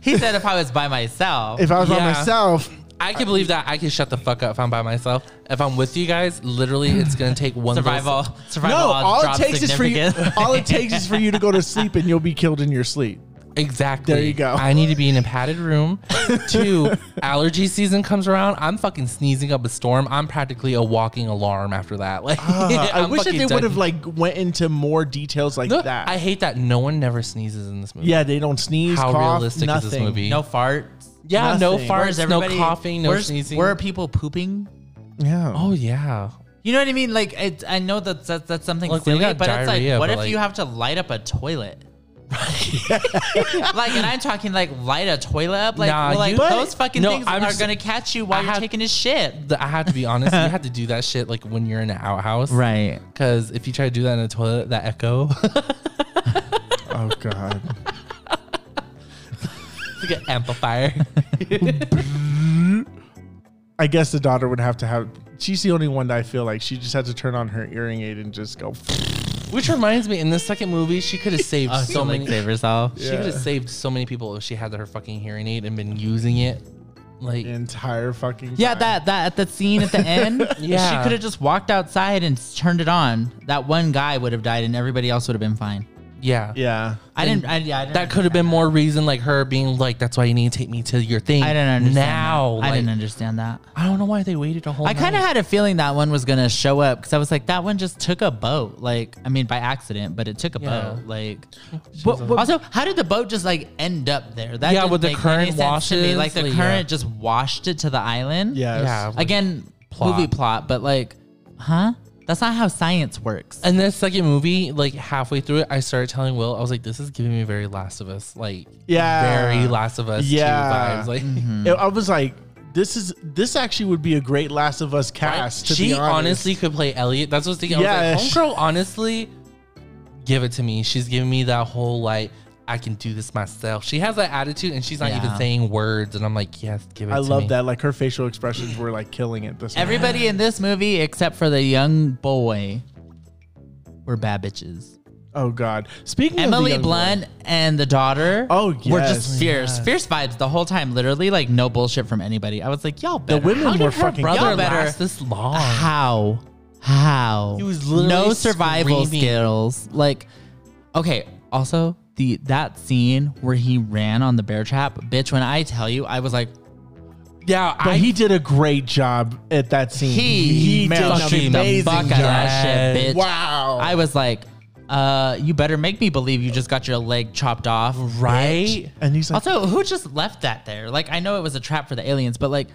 [SPEAKER 3] he said if I was by myself.
[SPEAKER 2] If I was by
[SPEAKER 1] Yeah.
[SPEAKER 2] myself,
[SPEAKER 1] I can believe that I can shut the fuck up if I'm by myself. If I'm with you guys, literally, it's gonna take one little-
[SPEAKER 3] survival, survival.
[SPEAKER 2] no. All it
[SPEAKER 3] drops
[SPEAKER 2] takes is for you.
[SPEAKER 3] significantly.
[SPEAKER 2] All it takes is for you to go to sleep, and you'll be killed in your sleep.
[SPEAKER 1] Exactly.
[SPEAKER 2] There you go.
[SPEAKER 1] I need to be in a padded room. Two, allergy season comes around. I'm fucking sneezing up a storm. I'm practically a walking alarm after that. Like,
[SPEAKER 2] Uh, I
[SPEAKER 1] I'm
[SPEAKER 2] wish that
[SPEAKER 1] fucking
[SPEAKER 2] they would
[SPEAKER 1] done.
[SPEAKER 2] have like went into more details like
[SPEAKER 1] No,
[SPEAKER 2] that.
[SPEAKER 1] I hate that no one never sneezes in this movie.
[SPEAKER 2] yeah, they don't sneeze.
[SPEAKER 1] How
[SPEAKER 2] cough,
[SPEAKER 1] realistic is
[SPEAKER 2] nothing.
[SPEAKER 1] this movie?
[SPEAKER 3] no farts.
[SPEAKER 1] Yeah, no
[SPEAKER 2] Nothing.
[SPEAKER 3] Where's
[SPEAKER 1] farts, no
[SPEAKER 3] everybody?
[SPEAKER 1] coughing, no
[SPEAKER 3] where's-
[SPEAKER 1] sneezing.
[SPEAKER 3] Where are people pooping?
[SPEAKER 2] Yeah.
[SPEAKER 1] oh yeah.
[SPEAKER 3] You know what I mean? Like, it, I know that that's, that's something
[SPEAKER 1] Look, we
[SPEAKER 3] silly,
[SPEAKER 1] got
[SPEAKER 3] but it's
[SPEAKER 1] diarrhea,
[SPEAKER 3] like, what
[SPEAKER 1] but,
[SPEAKER 3] if
[SPEAKER 1] like-
[SPEAKER 3] you have to light up a toilet? like, and I'm talking like light a toilet up. Like,
[SPEAKER 1] Nah,
[SPEAKER 3] well, like
[SPEAKER 1] you- But-
[SPEAKER 3] those fucking
[SPEAKER 1] No,
[SPEAKER 3] things
[SPEAKER 1] I'm
[SPEAKER 3] are
[SPEAKER 1] just-
[SPEAKER 3] gonna catch you while
[SPEAKER 1] I
[SPEAKER 3] you're
[SPEAKER 1] have-
[SPEAKER 3] taking a shit.
[SPEAKER 1] The, I have to be honest. you had to do that shit like when you're in an outhouse,
[SPEAKER 3] Right.
[SPEAKER 1] Because if you try to do that in a toilet, that echo,
[SPEAKER 2] Oh god.
[SPEAKER 1] it's like an amplifier.
[SPEAKER 2] I guess the daughter would have to have. She's the only one that I feel like she just had to turn on her hearing aid and just go.
[SPEAKER 1] Which reminds me, in the second movie, she could have saved
[SPEAKER 3] Oh,
[SPEAKER 1] so many.
[SPEAKER 3] save yourself.
[SPEAKER 1] She could have saved so many people if she had her fucking hearing aid and been using it. Like,
[SPEAKER 2] The entire fucking.
[SPEAKER 3] Yeah,
[SPEAKER 2] time.
[SPEAKER 3] that that at the scene at the end,
[SPEAKER 1] Yeah.
[SPEAKER 3] she could have just walked outside and s- turned it on. That one guy would have died, and everybody else would have been fine.
[SPEAKER 1] yeah.
[SPEAKER 2] Yeah.
[SPEAKER 3] I didn't. I, yeah, I didn't
[SPEAKER 1] That could have been more reason, like her being like, "That's why you need to take me to your thing."
[SPEAKER 3] I didn't understand.
[SPEAKER 1] now.
[SPEAKER 3] that. I
[SPEAKER 1] like,
[SPEAKER 3] didn't understand that.
[SPEAKER 1] I don't know why they waited a whole.
[SPEAKER 3] I kind of
[SPEAKER 1] night.
[SPEAKER 3] had a feeling that one was gonna show up because I was like, that one just took a boat. Like, I mean, by accident, but it took a
[SPEAKER 1] Yeah.
[SPEAKER 3] boat. Like, also, how did the boat just like end up there? That
[SPEAKER 1] Yeah,
[SPEAKER 3] didn't
[SPEAKER 1] with the
[SPEAKER 3] make any
[SPEAKER 1] current
[SPEAKER 3] sense to me.
[SPEAKER 1] washes,
[SPEAKER 3] Like the
[SPEAKER 1] like, yeah.
[SPEAKER 3] current just washed it to the island.
[SPEAKER 2] Yes.
[SPEAKER 1] Yeah.
[SPEAKER 3] Again,
[SPEAKER 1] Plot.
[SPEAKER 3] movie plot, but like, huh? That's not how science works.
[SPEAKER 1] And this second movie, like halfway through it, I started telling Will, I was like, "This is giving me very Last of Us, like
[SPEAKER 2] Yeah.
[SPEAKER 1] very Last of Us
[SPEAKER 2] Yeah.
[SPEAKER 1] yeah. vibes." Like,
[SPEAKER 3] Mm-hmm.
[SPEAKER 2] It- I was like, this is this actually would be a great Last of Us cast. To
[SPEAKER 1] she
[SPEAKER 2] be honest.
[SPEAKER 1] honestly could play Elliot. That's what I was thinking. I
[SPEAKER 2] Yeah,
[SPEAKER 1] was
[SPEAKER 2] she-
[SPEAKER 1] like, "Homegirl, honestly, give it to me." She's giving me that whole like, "I can do this myself." She has that attitude, and she's not even
[SPEAKER 3] Yeah.
[SPEAKER 1] saying words. And I'm like, "Yes, give it."
[SPEAKER 2] I
[SPEAKER 1] to
[SPEAKER 2] love
[SPEAKER 1] me."
[SPEAKER 2] that. Like her facial expressions were like killing it. This morning.
[SPEAKER 3] Everybody in this movie except for the young boy were bad bitches.
[SPEAKER 2] Oh God. Speaking of the
[SPEAKER 3] Emily
[SPEAKER 2] young
[SPEAKER 3] Blunt and the daughter.
[SPEAKER 2] Oh,
[SPEAKER 3] Were
[SPEAKER 2] yes.
[SPEAKER 3] just fierce. Fierce vibes the whole time. Literally, like, no bullshit from anybody. I was like, y'all
[SPEAKER 2] boy,
[SPEAKER 3] better.
[SPEAKER 2] the women
[SPEAKER 3] how
[SPEAKER 2] were
[SPEAKER 3] did her
[SPEAKER 2] fucking.
[SPEAKER 1] Brother
[SPEAKER 3] Y'all better-
[SPEAKER 1] last this long.
[SPEAKER 3] How? How?
[SPEAKER 1] He was literally
[SPEAKER 3] No survival
[SPEAKER 1] screaming.
[SPEAKER 3] skills. Like, okay. Also, the that scene where he ran on the bear trap, bitch, when I tell you, I was like,
[SPEAKER 1] Yeah,
[SPEAKER 2] But
[SPEAKER 1] I
[SPEAKER 2] he did a great job at that scene.
[SPEAKER 3] he,
[SPEAKER 2] did an
[SPEAKER 1] fucking
[SPEAKER 3] fucking the
[SPEAKER 2] amazing
[SPEAKER 3] fuck out of
[SPEAKER 2] job.
[SPEAKER 3] that
[SPEAKER 1] job.
[SPEAKER 3] shit, bitch.
[SPEAKER 2] Wow.
[SPEAKER 3] I was like, uh, you better make me believe you just got your leg chopped off.
[SPEAKER 1] right.
[SPEAKER 2] and he's like,
[SPEAKER 3] Also, who just left that there? Like, I know it was a trap for the aliens, but like,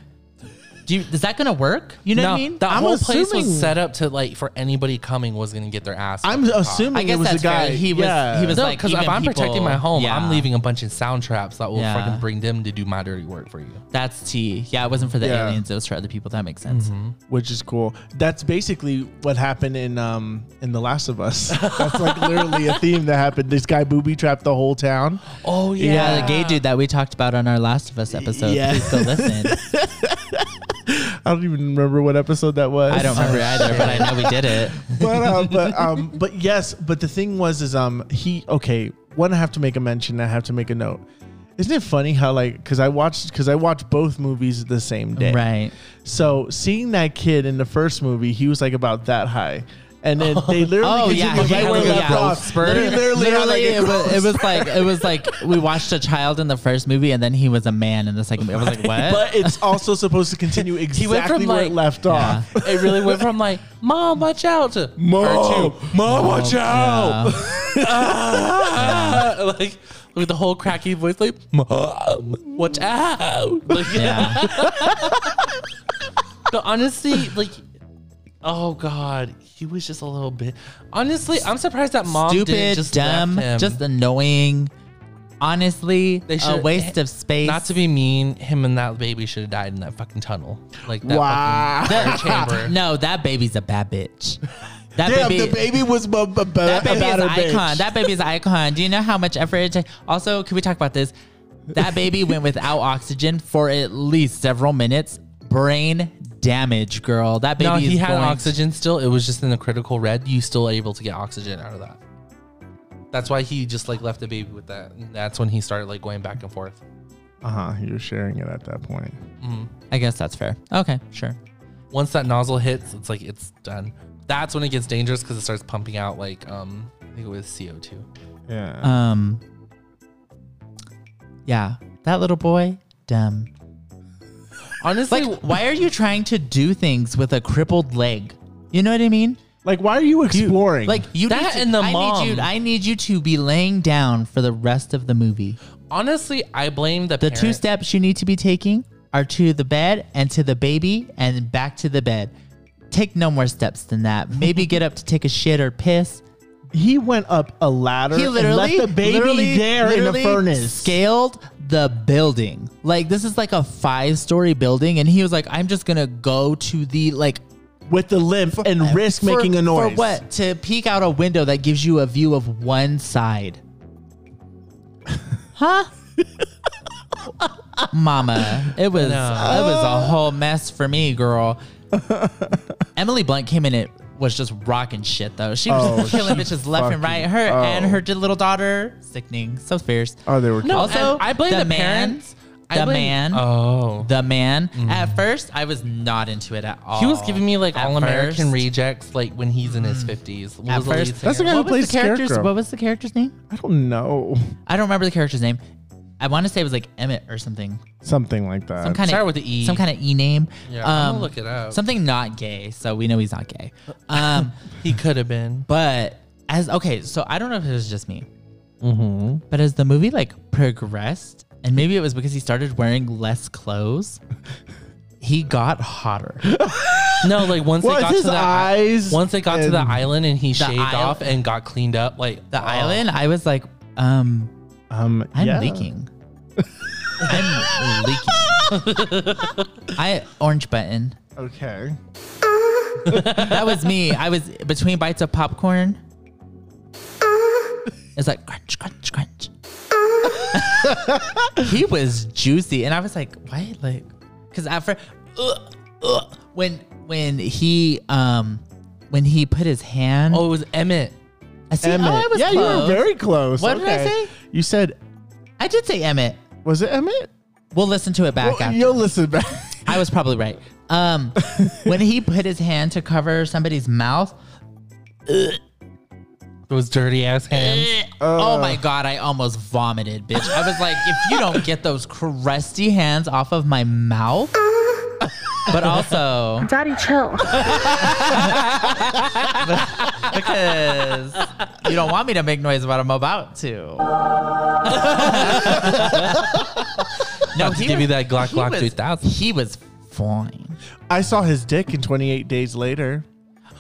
[SPEAKER 3] do you, is that gonna work? You know
[SPEAKER 1] No,
[SPEAKER 3] what I mean?
[SPEAKER 1] the
[SPEAKER 2] I'm
[SPEAKER 1] whole place
[SPEAKER 2] assuming-
[SPEAKER 1] was set up to like for anybody coming was gonna get their ass.
[SPEAKER 2] I'm assuming
[SPEAKER 3] I guess
[SPEAKER 2] it was
[SPEAKER 3] that's
[SPEAKER 2] the guy.
[SPEAKER 3] fair. He was-
[SPEAKER 2] Yeah.
[SPEAKER 3] he was-
[SPEAKER 1] no,
[SPEAKER 3] like,
[SPEAKER 1] because if
[SPEAKER 3] even
[SPEAKER 1] I'm protecting
[SPEAKER 3] people-
[SPEAKER 1] my home,
[SPEAKER 3] Yeah.
[SPEAKER 1] I'm leaving a bunch of sound traps that will
[SPEAKER 3] Yeah.
[SPEAKER 1] fucking bring them to do my dirty work for you.
[SPEAKER 3] That's T. Yeah, it wasn't for the
[SPEAKER 2] Yeah.
[SPEAKER 3] aliens. It was for other people. That makes sense.
[SPEAKER 2] which is cool. That's basically what happened in um in The Last of Us. That's like literally a theme that happened. This guy booby trapped the whole town.
[SPEAKER 1] Oh
[SPEAKER 3] Yeah. the gay dude that we talked about on our Last of Us episode.
[SPEAKER 2] Yeah.
[SPEAKER 3] Please go listen.
[SPEAKER 2] I don't even remember what episode that was.
[SPEAKER 3] I don't remember either, but I know we did it.
[SPEAKER 2] but um, but um, but yes. But the thing was, is um, he okay. One, I have to make a mention. I have to make a note. Isn't it funny how like because I watched because I watched both movies the same day.
[SPEAKER 3] Right.
[SPEAKER 2] So seeing that kid in the first movie, he was like about that high. And then they literally
[SPEAKER 3] Oh yeah,
[SPEAKER 2] continued
[SPEAKER 3] he
[SPEAKER 2] right
[SPEAKER 3] had
[SPEAKER 2] where
[SPEAKER 3] a
[SPEAKER 2] it left
[SPEAKER 3] little
[SPEAKER 2] off.
[SPEAKER 3] spurt.
[SPEAKER 2] They literally, had, like,
[SPEAKER 3] Literally,
[SPEAKER 2] a
[SPEAKER 3] it, was, it
[SPEAKER 2] growth
[SPEAKER 3] was like it was like we watched a child in the first movie, and then he was a man in the second movie. I was like, what?
[SPEAKER 2] but it's also supposed to continue
[SPEAKER 1] went
[SPEAKER 2] exactly
[SPEAKER 1] from,
[SPEAKER 2] where it
[SPEAKER 1] like-
[SPEAKER 2] left off.
[SPEAKER 1] it really went from like, mom, watch out to
[SPEAKER 2] Mom, mom, watch
[SPEAKER 3] Yeah.
[SPEAKER 1] ah, like with the whole cracky voice, like mom, watch out. Like,
[SPEAKER 3] Yeah.
[SPEAKER 1] but honestly, like, oh god, he was just a little bit. Honestly, I'm surprised that mom didn't
[SPEAKER 3] Stupid,
[SPEAKER 1] just
[SPEAKER 3] dumb,
[SPEAKER 1] left him.
[SPEAKER 3] just annoying. Honestly,
[SPEAKER 1] They
[SPEAKER 3] a
[SPEAKER 1] should- eh,
[SPEAKER 3] waste of space.
[SPEAKER 1] Not to be mean, him and that baby should have died in that fucking tunnel. Like that
[SPEAKER 2] Wow.
[SPEAKER 1] fucking air chamber.
[SPEAKER 3] No, that baby's a bad bitch. That
[SPEAKER 2] Damn,
[SPEAKER 3] baby.
[SPEAKER 2] the baby was b- b- b-
[SPEAKER 3] that baby
[SPEAKER 2] about a
[SPEAKER 3] is an icon.
[SPEAKER 2] bitch.
[SPEAKER 3] That baby is an icon. Do you know how much effort it takes? Also, can we talk about this? That baby went without oxygen for at least several minutes. Brain damage, girl. That baby
[SPEAKER 1] no, he
[SPEAKER 3] is
[SPEAKER 1] had
[SPEAKER 3] going-
[SPEAKER 1] oxygen still. It was just in the critical red. You still able to get oxygen out of that. That's why he just like left the baby with that. And that's when he started like going back and forth.
[SPEAKER 2] uh-huh, you're sharing it at that point.
[SPEAKER 3] I guess that's fair. Okay, sure.
[SPEAKER 1] Once that nozzle hits, it's like it's done. That's when it gets dangerous because it starts pumping out like um I think it was CO two.
[SPEAKER 2] Yeah.
[SPEAKER 3] Um Yeah, that little boy, dumb.
[SPEAKER 1] Honestly,
[SPEAKER 3] Like, why are you trying to do things with a crippled leg? You know what I mean?
[SPEAKER 2] like, why are you exploring?
[SPEAKER 3] Like you
[SPEAKER 1] That
[SPEAKER 3] need to,
[SPEAKER 1] and the
[SPEAKER 3] I
[SPEAKER 1] mom.
[SPEAKER 3] Need you, I need you to be laying down for the rest of the movie.
[SPEAKER 1] honestly, I blame the
[SPEAKER 3] The
[SPEAKER 1] parent.
[SPEAKER 3] two steps you need to be taking are to the bed and to the baby and back to the bed. Take no more steps than that. Maybe get up to take a shit or piss.
[SPEAKER 2] he went up a ladder
[SPEAKER 3] He
[SPEAKER 2] and
[SPEAKER 3] literally
[SPEAKER 2] left the baby
[SPEAKER 3] literally-
[SPEAKER 2] there
[SPEAKER 3] literally
[SPEAKER 2] in a furnace.
[SPEAKER 3] Scaled the building. Like this is like a five-story building, and he was like, "I'm just gonna go to the like
[SPEAKER 2] with the limp and risk
[SPEAKER 3] for-
[SPEAKER 2] making a noise.
[SPEAKER 3] for what? To peek out a window that gives you a view of one side. Huh? Mama, it was it was a whole mess for me, girl. Emily Blunt came in it was just rocking shit though. She was
[SPEAKER 2] Oh,
[SPEAKER 3] killing
[SPEAKER 2] she
[SPEAKER 3] bitches left and right. Her
[SPEAKER 2] oh.
[SPEAKER 3] and her d- little daughter, sickening, so fierce.
[SPEAKER 2] Oh, they were.
[SPEAKER 1] No,
[SPEAKER 2] No,
[SPEAKER 3] Also,
[SPEAKER 1] and I blame
[SPEAKER 3] the
[SPEAKER 1] the,
[SPEAKER 3] man-
[SPEAKER 1] parents. I
[SPEAKER 3] the
[SPEAKER 1] blame-
[SPEAKER 3] man.
[SPEAKER 1] Oh,
[SPEAKER 3] The man.
[SPEAKER 2] Mm-hmm.
[SPEAKER 3] At first, I was not into it at all.
[SPEAKER 1] he was giving me like
[SPEAKER 3] At
[SPEAKER 1] all American
[SPEAKER 3] first- Mm.
[SPEAKER 1] rejects, like when he's in his fifties.
[SPEAKER 3] At
[SPEAKER 1] was
[SPEAKER 3] first-
[SPEAKER 1] lead
[SPEAKER 2] That's the
[SPEAKER 1] singer?
[SPEAKER 2] guy who
[SPEAKER 3] What was
[SPEAKER 2] plays
[SPEAKER 3] the character's?
[SPEAKER 2] Scarecrow.
[SPEAKER 3] What was the character's name?
[SPEAKER 2] I don't know.
[SPEAKER 3] I don't remember the character's name. I want to say it was like Emmett or something.
[SPEAKER 2] Something like that.
[SPEAKER 3] Some kind
[SPEAKER 1] Start
[SPEAKER 3] of
[SPEAKER 1] with the E.
[SPEAKER 3] Some kind of E name.
[SPEAKER 1] Yeah, I'm gonna look it up.
[SPEAKER 3] Something not gay, so we know he's not gay. Um,
[SPEAKER 1] He could have been.
[SPEAKER 3] but as okay, so I don't know if it was just me,
[SPEAKER 1] Mm-hmm.
[SPEAKER 3] but as the movie like progressed, and maybe it was because he started wearing less clothes, he got hotter.
[SPEAKER 1] No, like once
[SPEAKER 2] Was
[SPEAKER 1] they got
[SPEAKER 2] his
[SPEAKER 1] to the i-
[SPEAKER 2] eyes?
[SPEAKER 1] once they got to the
[SPEAKER 2] and-
[SPEAKER 1] island and he shaved
[SPEAKER 3] isle-
[SPEAKER 1] off and got cleaned up, like oh.
[SPEAKER 3] The island, I was like, um,
[SPEAKER 2] Um,
[SPEAKER 3] I'm
[SPEAKER 2] yeah.
[SPEAKER 3] leaking. I'm leaking. I orange button.
[SPEAKER 2] Okay.
[SPEAKER 3] That was me. I was between bites of popcorn. It's like crunch, crunch, crunch. he was juicy, and I was like, "What?" Like, because at first, ugh, ugh, when when he um when he put his hand,
[SPEAKER 1] Oh, it was Emmett.
[SPEAKER 3] I see.
[SPEAKER 2] Emmett.
[SPEAKER 3] Oh, I was
[SPEAKER 2] yeah, you were
[SPEAKER 3] close.
[SPEAKER 2] very close.
[SPEAKER 3] What did I
[SPEAKER 2] Okay.
[SPEAKER 3] say?
[SPEAKER 2] You said,
[SPEAKER 3] I did say Emmett.
[SPEAKER 2] was it Emmett?
[SPEAKER 3] We'll listen to it back
[SPEAKER 2] Well,
[SPEAKER 3] after.
[SPEAKER 2] you'll listen back.
[SPEAKER 3] I was probably right. Um, when he put his hand to cover somebody's mouth,
[SPEAKER 1] Those dirty ass hands.
[SPEAKER 3] oh
[SPEAKER 2] Uh.
[SPEAKER 3] my god, I almost vomited, bitch. I was like, if you don't get those crusty hands off of my mouth. But also
[SPEAKER 4] Daddy chill.
[SPEAKER 3] because you don't want me to make noise about I'm about to. no,
[SPEAKER 1] to give you that Glock
[SPEAKER 3] he
[SPEAKER 1] Glock
[SPEAKER 3] was-
[SPEAKER 1] 2000.
[SPEAKER 3] He was fine.
[SPEAKER 2] I saw his dick in 28 days later.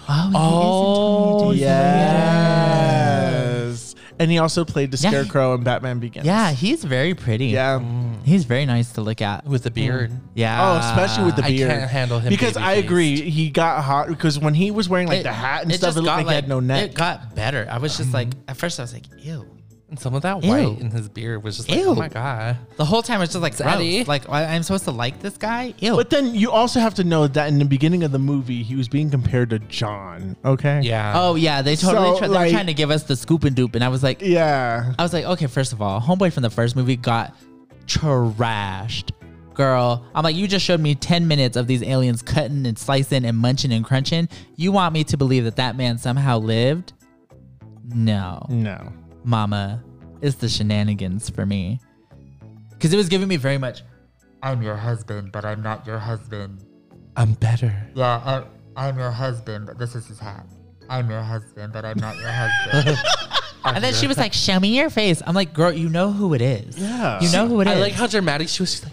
[SPEAKER 3] Oh, he is in 28 days.
[SPEAKER 2] Yes. And he also played the
[SPEAKER 3] Yeah.
[SPEAKER 2] Scarecrow in Batman Begins.
[SPEAKER 3] Yeah, he's very pretty.
[SPEAKER 2] Yeah.
[SPEAKER 3] He's very nice to look at.
[SPEAKER 1] With the beard.
[SPEAKER 3] Yeah.
[SPEAKER 2] Oh, especially with the
[SPEAKER 1] I
[SPEAKER 2] beard.
[SPEAKER 1] can't handle him
[SPEAKER 2] because I
[SPEAKER 1] baby-faced.
[SPEAKER 2] agree. He got hot because when he was wearing like
[SPEAKER 3] It-
[SPEAKER 2] the hat and
[SPEAKER 3] it
[SPEAKER 2] stuff,
[SPEAKER 3] just
[SPEAKER 2] it looked
[SPEAKER 3] got,
[SPEAKER 2] like, he had no
[SPEAKER 3] It
[SPEAKER 2] neck.
[SPEAKER 3] got better. I was just like, at first I was like, ew.
[SPEAKER 1] And some of that
[SPEAKER 3] Ew.
[SPEAKER 1] white in his beard was just like, oh
[SPEAKER 3] Ew.
[SPEAKER 1] my god.
[SPEAKER 3] The whole time I was just like,
[SPEAKER 1] Zaddy.
[SPEAKER 3] gross. Like, I- I'm supposed to like this guy? Ew.
[SPEAKER 2] but then you also have to know that in the beginning of the movie, he was being compared to John. Okay.
[SPEAKER 1] Yeah.
[SPEAKER 3] oh, yeah. They totally
[SPEAKER 2] So,
[SPEAKER 3] tried, they were
[SPEAKER 2] like-
[SPEAKER 3] trying to give us the scoop and doop. And I was like,
[SPEAKER 2] Yeah.
[SPEAKER 3] I was like, okay, first of all, Homeboy from the first movie got trashed. Girl, I'm like, you just showed me 10 minutes of these aliens cutting and slicing and munching and crunching. You want me to believe that that man somehow lived? No.
[SPEAKER 2] No.
[SPEAKER 3] Mama, it's the shenanigans for me. Because it was giving me very much,
[SPEAKER 5] I'm your husband, but I'm not your husband.
[SPEAKER 1] I'm better.
[SPEAKER 5] Yeah, I, I'm your husband, but this is his hat. I'm your husband, but I'm not your husband. I'm
[SPEAKER 3] and then
[SPEAKER 5] your
[SPEAKER 3] she was like, "Show me your face." I'm like, "Girl, you know who it is.
[SPEAKER 2] Yeah.
[SPEAKER 3] you know who it is."
[SPEAKER 1] I like how dramatic she was. She's like,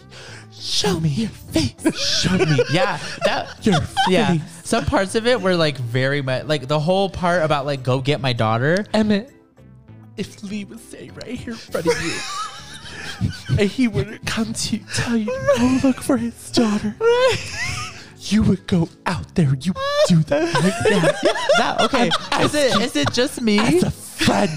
[SPEAKER 3] show me your face. Show me. yeah, that. yeah. Some parts of it were like very much like the whole part about like go get my daughter.
[SPEAKER 1] Emmett, if Lee was staying right here in front of you, and he were to come to you, tell you to go look for his daughter, you would go out there. You would do that
[SPEAKER 3] Yeah, that okay. Is it is it just me?
[SPEAKER 1] as a friend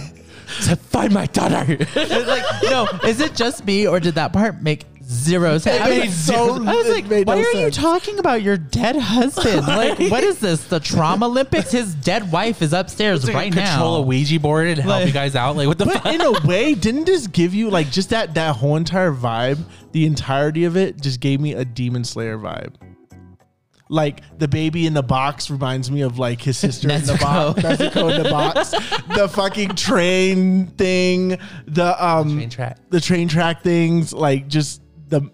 [SPEAKER 1] to find my daughter.
[SPEAKER 3] It's like no, is it just me or did that part make zero sense? I was
[SPEAKER 2] made
[SPEAKER 3] like,
[SPEAKER 2] so-
[SPEAKER 3] I was
[SPEAKER 2] it
[SPEAKER 3] like,
[SPEAKER 2] made
[SPEAKER 3] why
[SPEAKER 2] no
[SPEAKER 3] are you
[SPEAKER 2] sense."
[SPEAKER 3] talking about your dead husband? Like, what is this? The trauma Olympics? His dead wife is upstairs right
[SPEAKER 1] control a
[SPEAKER 3] now.
[SPEAKER 1] Ouija board and help
[SPEAKER 3] Like-
[SPEAKER 1] you guys out. Like what the
[SPEAKER 2] But
[SPEAKER 1] fuck?
[SPEAKER 2] in a way, didn't this give you like just that that whole entire vibe? The entirety of it just gave me a Demon Slayer vibe. Like the baby in the box reminds me of like his sister in the box, Nezuko in the box, the fucking train thing, the um
[SPEAKER 1] Train track.
[SPEAKER 2] the train track things, like just the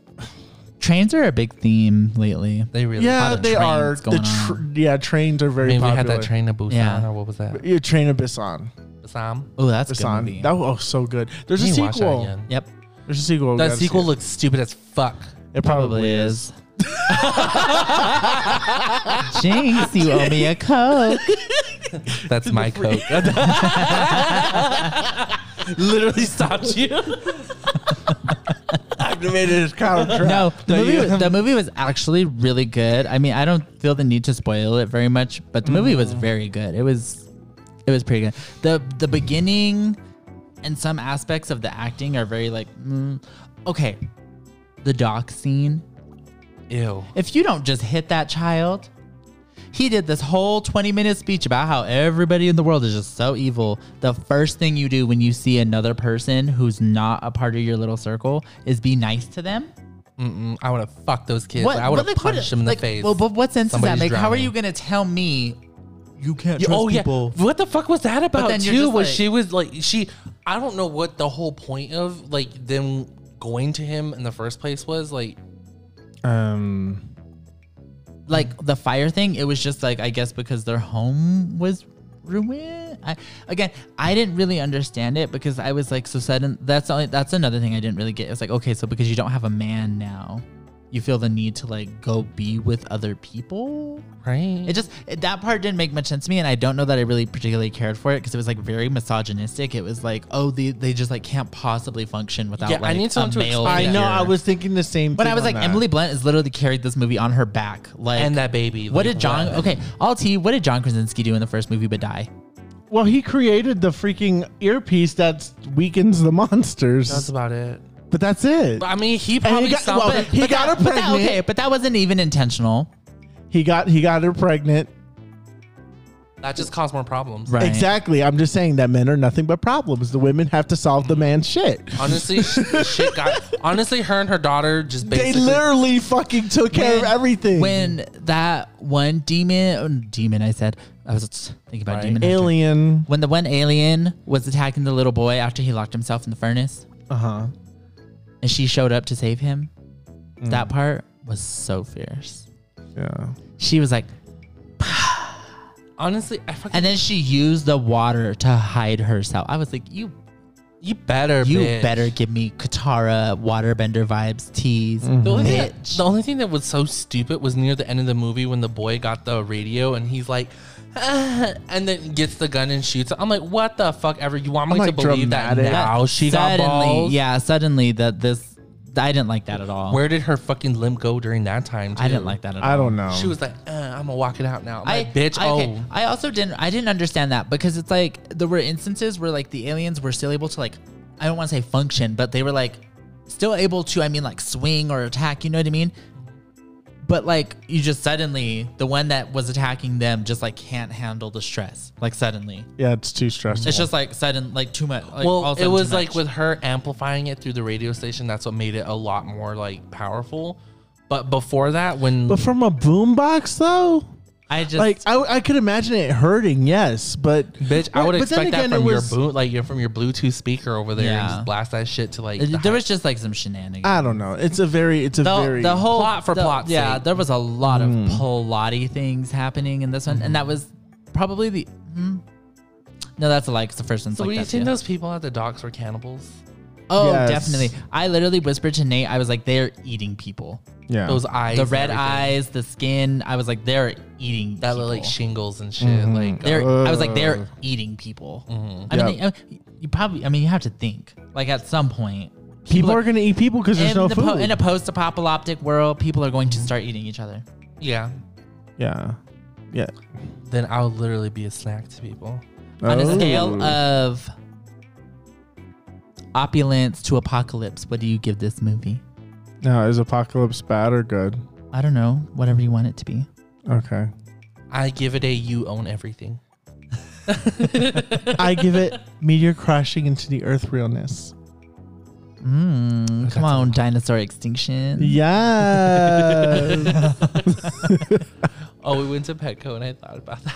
[SPEAKER 3] Trains are a big theme lately.
[SPEAKER 1] They really
[SPEAKER 2] yeah
[SPEAKER 3] of
[SPEAKER 2] they
[SPEAKER 3] trains
[SPEAKER 2] are
[SPEAKER 3] going
[SPEAKER 2] the tr- yeah trains are very
[SPEAKER 1] I mean, we
[SPEAKER 2] popular.
[SPEAKER 1] had that train to Busan
[SPEAKER 3] Yeah.
[SPEAKER 1] or what was that?
[SPEAKER 2] Yeah, train of Busan,
[SPEAKER 1] Busan.
[SPEAKER 3] Oh, that's a good
[SPEAKER 2] Busan.
[SPEAKER 3] movie.
[SPEAKER 2] That was oh, so good. There's a
[SPEAKER 1] You watch that
[SPEAKER 2] sequel.
[SPEAKER 1] again.
[SPEAKER 3] yep,
[SPEAKER 2] There's a sequel. We
[SPEAKER 1] That
[SPEAKER 2] gotta see
[SPEAKER 1] sequel
[SPEAKER 2] it.
[SPEAKER 1] looks stupid as fuck.
[SPEAKER 2] It probably is.
[SPEAKER 3] Jinx, you owe me a coke.
[SPEAKER 1] That's my coat. Literally stopped you.
[SPEAKER 2] activated his contract.
[SPEAKER 3] No, the
[SPEAKER 2] That
[SPEAKER 3] movie,
[SPEAKER 2] you-
[SPEAKER 3] was, the movie was actually really good. I mean, I don't feel the need to spoil it very much, but the movie was very good. It was, it was pretty good. the The beginning and some aspects of the acting are very like, mm, okay, the doc scene.
[SPEAKER 1] Ew.
[SPEAKER 3] If you don't just hit that child, he did this whole 20 minute speech about how everybody in the world is just so evil. The first thing you do when you see another person who's not a part of your little circle is be nice to them.
[SPEAKER 1] Mm-mm, I would have fucked those kids.
[SPEAKER 3] What-
[SPEAKER 1] I would
[SPEAKER 3] but,
[SPEAKER 1] have
[SPEAKER 3] like, what-
[SPEAKER 1] punched them in
[SPEAKER 3] like,
[SPEAKER 1] the face.
[SPEAKER 3] Well, but what sense
[SPEAKER 1] Somebody's
[SPEAKER 3] is that? Like, how are
[SPEAKER 1] drowning.
[SPEAKER 3] you gonna tell me you can't
[SPEAKER 1] Yeah,
[SPEAKER 3] trust
[SPEAKER 1] oh yeah.
[SPEAKER 3] people?
[SPEAKER 1] What the fuck was that about
[SPEAKER 3] then you're
[SPEAKER 1] too?
[SPEAKER 3] just
[SPEAKER 1] Was
[SPEAKER 3] like-
[SPEAKER 1] she was like she? I don't know what the whole point of like them going to him in the first place was. Like
[SPEAKER 2] um,
[SPEAKER 3] Like the fire thing, it was just like I guess because their home was ruined. I, again, I didn't really understand it because I was like so sudden. That's the only, that's another thing I didn't really get. It's like okay, so because you don't have a man now, you feel the need to like go be with other people.
[SPEAKER 1] right?
[SPEAKER 3] It just it- that part didn't make much sense to me, and I don't know that I really particularly cared for it because it was like very misogynistic. It was like, oh, they, they just like can't possibly function without
[SPEAKER 1] Yeah, I
[SPEAKER 3] like
[SPEAKER 1] need
[SPEAKER 3] a
[SPEAKER 1] someone to
[SPEAKER 3] male.
[SPEAKER 1] explain
[SPEAKER 2] I
[SPEAKER 1] Yeah.
[SPEAKER 2] know.
[SPEAKER 3] figure.
[SPEAKER 2] I was thinking the same.
[SPEAKER 3] but
[SPEAKER 2] thing
[SPEAKER 3] I was
[SPEAKER 2] on
[SPEAKER 3] like,
[SPEAKER 2] that.
[SPEAKER 3] Emily Blunt has literally carried this movie on her back. Like,
[SPEAKER 1] and that baby.
[SPEAKER 3] what
[SPEAKER 1] like,
[SPEAKER 3] did John? Okay, all T. What did John Krasinski do in the first movie but die?
[SPEAKER 2] Well, he created the freaking earpiece that weakens the monsters,
[SPEAKER 1] That's about it.
[SPEAKER 2] but that's it.
[SPEAKER 1] But, I mean, he probably
[SPEAKER 2] got-
[SPEAKER 1] sound-
[SPEAKER 2] well,
[SPEAKER 1] but-
[SPEAKER 2] He got
[SPEAKER 3] that,
[SPEAKER 2] her
[SPEAKER 3] but that-
[SPEAKER 2] pregnant.
[SPEAKER 3] okay, but that wasn't even intentional,
[SPEAKER 2] He got he got her pregnant.
[SPEAKER 1] that just caused more problems.
[SPEAKER 3] right?
[SPEAKER 2] Exactly. I'm just saying that men are nothing but problems. The women have to solve the man's shit.
[SPEAKER 1] Honestly, sh- shit got. Honestly, her and her daughter just
[SPEAKER 2] They
[SPEAKER 1] basically.
[SPEAKER 2] literally fucking took care of
[SPEAKER 3] When-
[SPEAKER 2] everything.
[SPEAKER 3] When that one demon, oh, demon, I said, I was thinking about
[SPEAKER 1] Right.
[SPEAKER 3] demon. after.
[SPEAKER 2] alien,
[SPEAKER 3] When the one alien was attacking the little boy after he locked himself in the furnace
[SPEAKER 2] uh huh.
[SPEAKER 3] and she showed up to save him,
[SPEAKER 1] Mm.
[SPEAKER 3] that part was so fierce.
[SPEAKER 2] Yeah.
[SPEAKER 3] She was like,
[SPEAKER 1] honestly, I fucking.
[SPEAKER 3] and then she used the water to hide herself. I was like, you,
[SPEAKER 1] you better.
[SPEAKER 3] you
[SPEAKER 1] bitch.
[SPEAKER 3] better give me Katara waterbender vibes, tease,
[SPEAKER 1] Mm-hmm. The only, thing that,
[SPEAKER 3] bitch.
[SPEAKER 1] the only thing that was so stupid was near the end of the movie when the boy got the radio and he's like, "Ah," and then gets the gun and shoots. I'm like, what the fuck ever? You want me
[SPEAKER 2] I'm,
[SPEAKER 1] to
[SPEAKER 2] like,
[SPEAKER 1] believe that
[SPEAKER 2] dramatic.
[SPEAKER 1] now she
[SPEAKER 3] suddenly,
[SPEAKER 1] got balls?
[SPEAKER 3] yeah, suddenly that this, I didn't like that at all.
[SPEAKER 1] Where did her fucking limb go during that time?
[SPEAKER 3] I didn't
[SPEAKER 1] too?
[SPEAKER 3] like that at all.
[SPEAKER 2] I don't know.
[SPEAKER 1] She was like, uh, I'm gonna walk it out now. i bitch.
[SPEAKER 3] okay.
[SPEAKER 1] Oh,
[SPEAKER 3] I also didn't. I didn't understand that because it's like there were instances where like the aliens were still able to like, I don't want to say function, but they were like still able to. I mean, like swing or attack. You know what I mean? But like you just suddenly the one that was attacking them just like can't handle the stress. Like suddenly,
[SPEAKER 2] yeah, it's too stressful.
[SPEAKER 3] it's just like sudden like too much. Like, all
[SPEAKER 1] well,
[SPEAKER 3] of a
[SPEAKER 1] it
[SPEAKER 3] sudden
[SPEAKER 1] was
[SPEAKER 3] too
[SPEAKER 1] like
[SPEAKER 3] much.
[SPEAKER 1] with her amplifying it through the radio station. That's what made it a lot more like powerful. But before that, when
[SPEAKER 2] but from a boombox though.
[SPEAKER 3] I just
[SPEAKER 2] like I, I could imagine it hurting, yes, but
[SPEAKER 1] Bitch, I would
[SPEAKER 2] but then
[SPEAKER 1] expect that
[SPEAKER 2] again, it
[SPEAKER 1] from
[SPEAKER 2] was-
[SPEAKER 1] your boot, like your from your Bluetooth speaker over there, and
[SPEAKER 3] Yeah.
[SPEAKER 1] just blast that shit to like. the
[SPEAKER 3] there was
[SPEAKER 1] high-
[SPEAKER 3] just like some shenanigans.
[SPEAKER 2] I don't know. It's a very, it's a
[SPEAKER 3] the,
[SPEAKER 2] very
[SPEAKER 3] the whole
[SPEAKER 1] Plot for
[SPEAKER 3] the-
[SPEAKER 1] plot's sake.
[SPEAKER 3] Yeah,
[SPEAKER 1] Mm-hmm.
[SPEAKER 3] there was a lot of plotty things happening in this one, and that was probably the. Mm, hmm? No, that's a lie. Cause the first one's
[SPEAKER 1] So,
[SPEAKER 3] like
[SPEAKER 1] do you
[SPEAKER 3] that.
[SPEAKER 1] think
[SPEAKER 3] too.
[SPEAKER 1] those people at the docks were cannibals?
[SPEAKER 3] Oh,
[SPEAKER 2] Yes.
[SPEAKER 3] definitely. I literally whispered to Nate. I was like, "They're eating people.
[SPEAKER 2] Yeah.
[SPEAKER 1] Those eyes,
[SPEAKER 3] the
[SPEAKER 1] and
[SPEAKER 3] red
[SPEAKER 1] everything.
[SPEAKER 3] eyes, the skin. I was like, they're eating
[SPEAKER 1] that look
[SPEAKER 3] people.
[SPEAKER 1] like shingles and shit. Uh.
[SPEAKER 2] Mhm.
[SPEAKER 1] Like, uh,
[SPEAKER 3] They're. I was like,
[SPEAKER 2] Ugh.
[SPEAKER 3] they're eating people. I
[SPEAKER 1] Mm-hmm.
[SPEAKER 3] mean,
[SPEAKER 2] Yep.
[SPEAKER 3] they- I mean, you probably. I mean, you have to think. Like at some point,
[SPEAKER 2] people are gonna eat people because there's
[SPEAKER 3] in,
[SPEAKER 2] no
[SPEAKER 3] the
[SPEAKER 2] food.
[SPEAKER 3] po- in a post-apocalyptic world, people are going to start eating each other.
[SPEAKER 1] yeah.
[SPEAKER 2] yeah. Yeah.
[SPEAKER 1] Then I'll literally be a snack to people.
[SPEAKER 3] On a
[SPEAKER 2] Oh.
[SPEAKER 3] scale of opulence to apocalypse, what do you give this movie?
[SPEAKER 2] Now, is Apocalypse bad or good?
[SPEAKER 3] I don't know. Whatever you want it to be.
[SPEAKER 2] Okay.
[SPEAKER 1] I give it a you own everything.
[SPEAKER 2] I give it meteor crashing into the earth realness.
[SPEAKER 3] Mm, come on, dinosaur extinction.
[SPEAKER 2] Yes.
[SPEAKER 1] Oh, we went to Petco and I thought about that.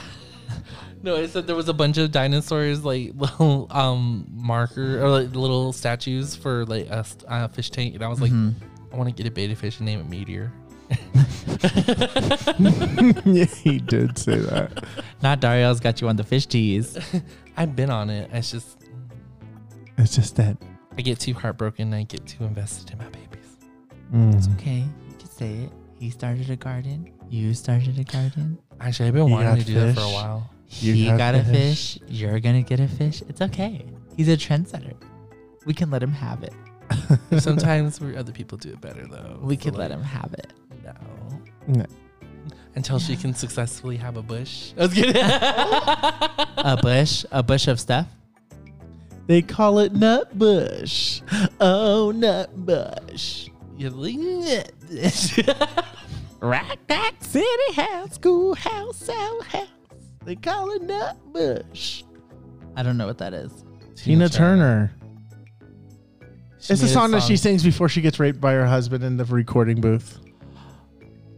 [SPEAKER 1] no, I said there was a bunch of dinosaurs, like little um marker or like little statues for like a st- uh, fish tank, and I was like,
[SPEAKER 3] Mm-hmm.
[SPEAKER 1] I want to get a beta fish and name it Meteor.
[SPEAKER 2] yeah, he did say that.
[SPEAKER 3] Not Dario's got you on the fish teas.
[SPEAKER 1] I've been on it. It's just
[SPEAKER 2] It's just that.
[SPEAKER 1] I get too heartbroken. I get too invested in my babies.
[SPEAKER 2] Mm.
[SPEAKER 3] Okay, you can say it. He started a garden. You started a garden.
[SPEAKER 1] Actually, I've been
[SPEAKER 2] You
[SPEAKER 1] wanting
[SPEAKER 2] got
[SPEAKER 1] to do that for a
[SPEAKER 2] fish?
[SPEAKER 1] while.
[SPEAKER 2] You
[SPEAKER 3] he
[SPEAKER 2] got
[SPEAKER 3] got a
[SPEAKER 2] fish.
[SPEAKER 3] fish. You're gonna get a fish. It's okay. He's a trendsetter. We can let him have it.
[SPEAKER 1] Sometimes we other people do it better though.
[SPEAKER 3] We
[SPEAKER 1] So,
[SPEAKER 3] could let
[SPEAKER 1] like,
[SPEAKER 3] him have it.
[SPEAKER 1] No.
[SPEAKER 2] No.
[SPEAKER 1] Until she can successfully have a bush. I was kidding.
[SPEAKER 3] A bush, a bush of stuff.
[SPEAKER 2] Uh, They call it nut bush. Oh, nut bush.
[SPEAKER 1] You're like,
[SPEAKER 2] Rock Rock City House, Schoolhouse, Owl House. They call it nut bush.
[SPEAKER 3] I don't know what that is.
[SPEAKER 2] Tina Turner.
[SPEAKER 1] She
[SPEAKER 2] it's a
[SPEAKER 1] made
[SPEAKER 2] song, that she sings before she gets raped by her husband in the recording booth.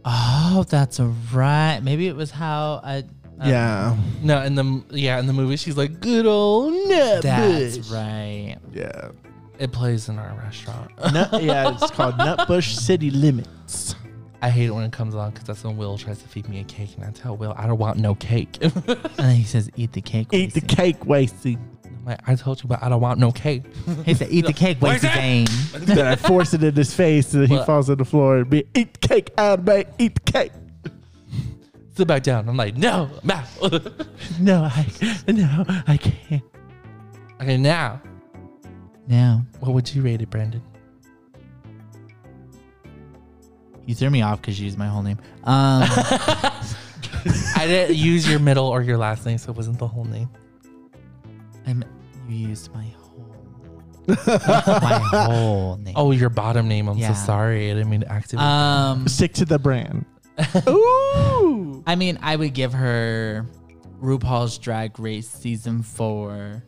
[SPEAKER 3] Oh, that's right. Maybe it was how I. uh,
[SPEAKER 2] yeah.
[SPEAKER 1] No, in the yeah, in the movie, she's like, "Good old nut
[SPEAKER 3] That's
[SPEAKER 1] bush."
[SPEAKER 3] right.
[SPEAKER 2] Yeah.
[SPEAKER 1] It plays in our restaurant.
[SPEAKER 2] Nut, yeah, it's called Nutbush City Limits.
[SPEAKER 1] I hate it when it comes on because that's when Will tries to feed me a cake, and I tell Will, "I don't want no cake."
[SPEAKER 3] And then he says, "Eat the cake."
[SPEAKER 2] Eat the
[SPEAKER 3] Wasey."
[SPEAKER 2] cake, Wasty.
[SPEAKER 1] I'm like, I told you, but I don't want no cake.
[SPEAKER 3] He said, "Eat the cake, waste the game."
[SPEAKER 2] then I force it in his face, and he
[SPEAKER 1] What?
[SPEAKER 2] falls on the floor. And be eat the cake, out of me, eat the cake.
[SPEAKER 1] Sit back down. I'm like, no, no.
[SPEAKER 2] No, I, no, I can't.
[SPEAKER 1] okay, now,
[SPEAKER 3] Now
[SPEAKER 1] what would you rate it, Brandon?
[SPEAKER 3] you threw me off because you used my whole name. Um,
[SPEAKER 1] I didn't use your middle or your last name, so it wasn't the whole name.
[SPEAKER 3] I'm, you used my whole my whole name.
[SPEAKER 1] Oh, your bottom name. I'm
[SPEAKER 3] Yeah.
[SPEAKER 1] so sorry. I didn't mean to activate.
[SPEAKER 3] um,
[SPEAKER 2] Stick to the brand.
[SPEAKER 1] Ooh.
[SPEAKER 3] I mean, I would give her RuPaul's Drag Race season 4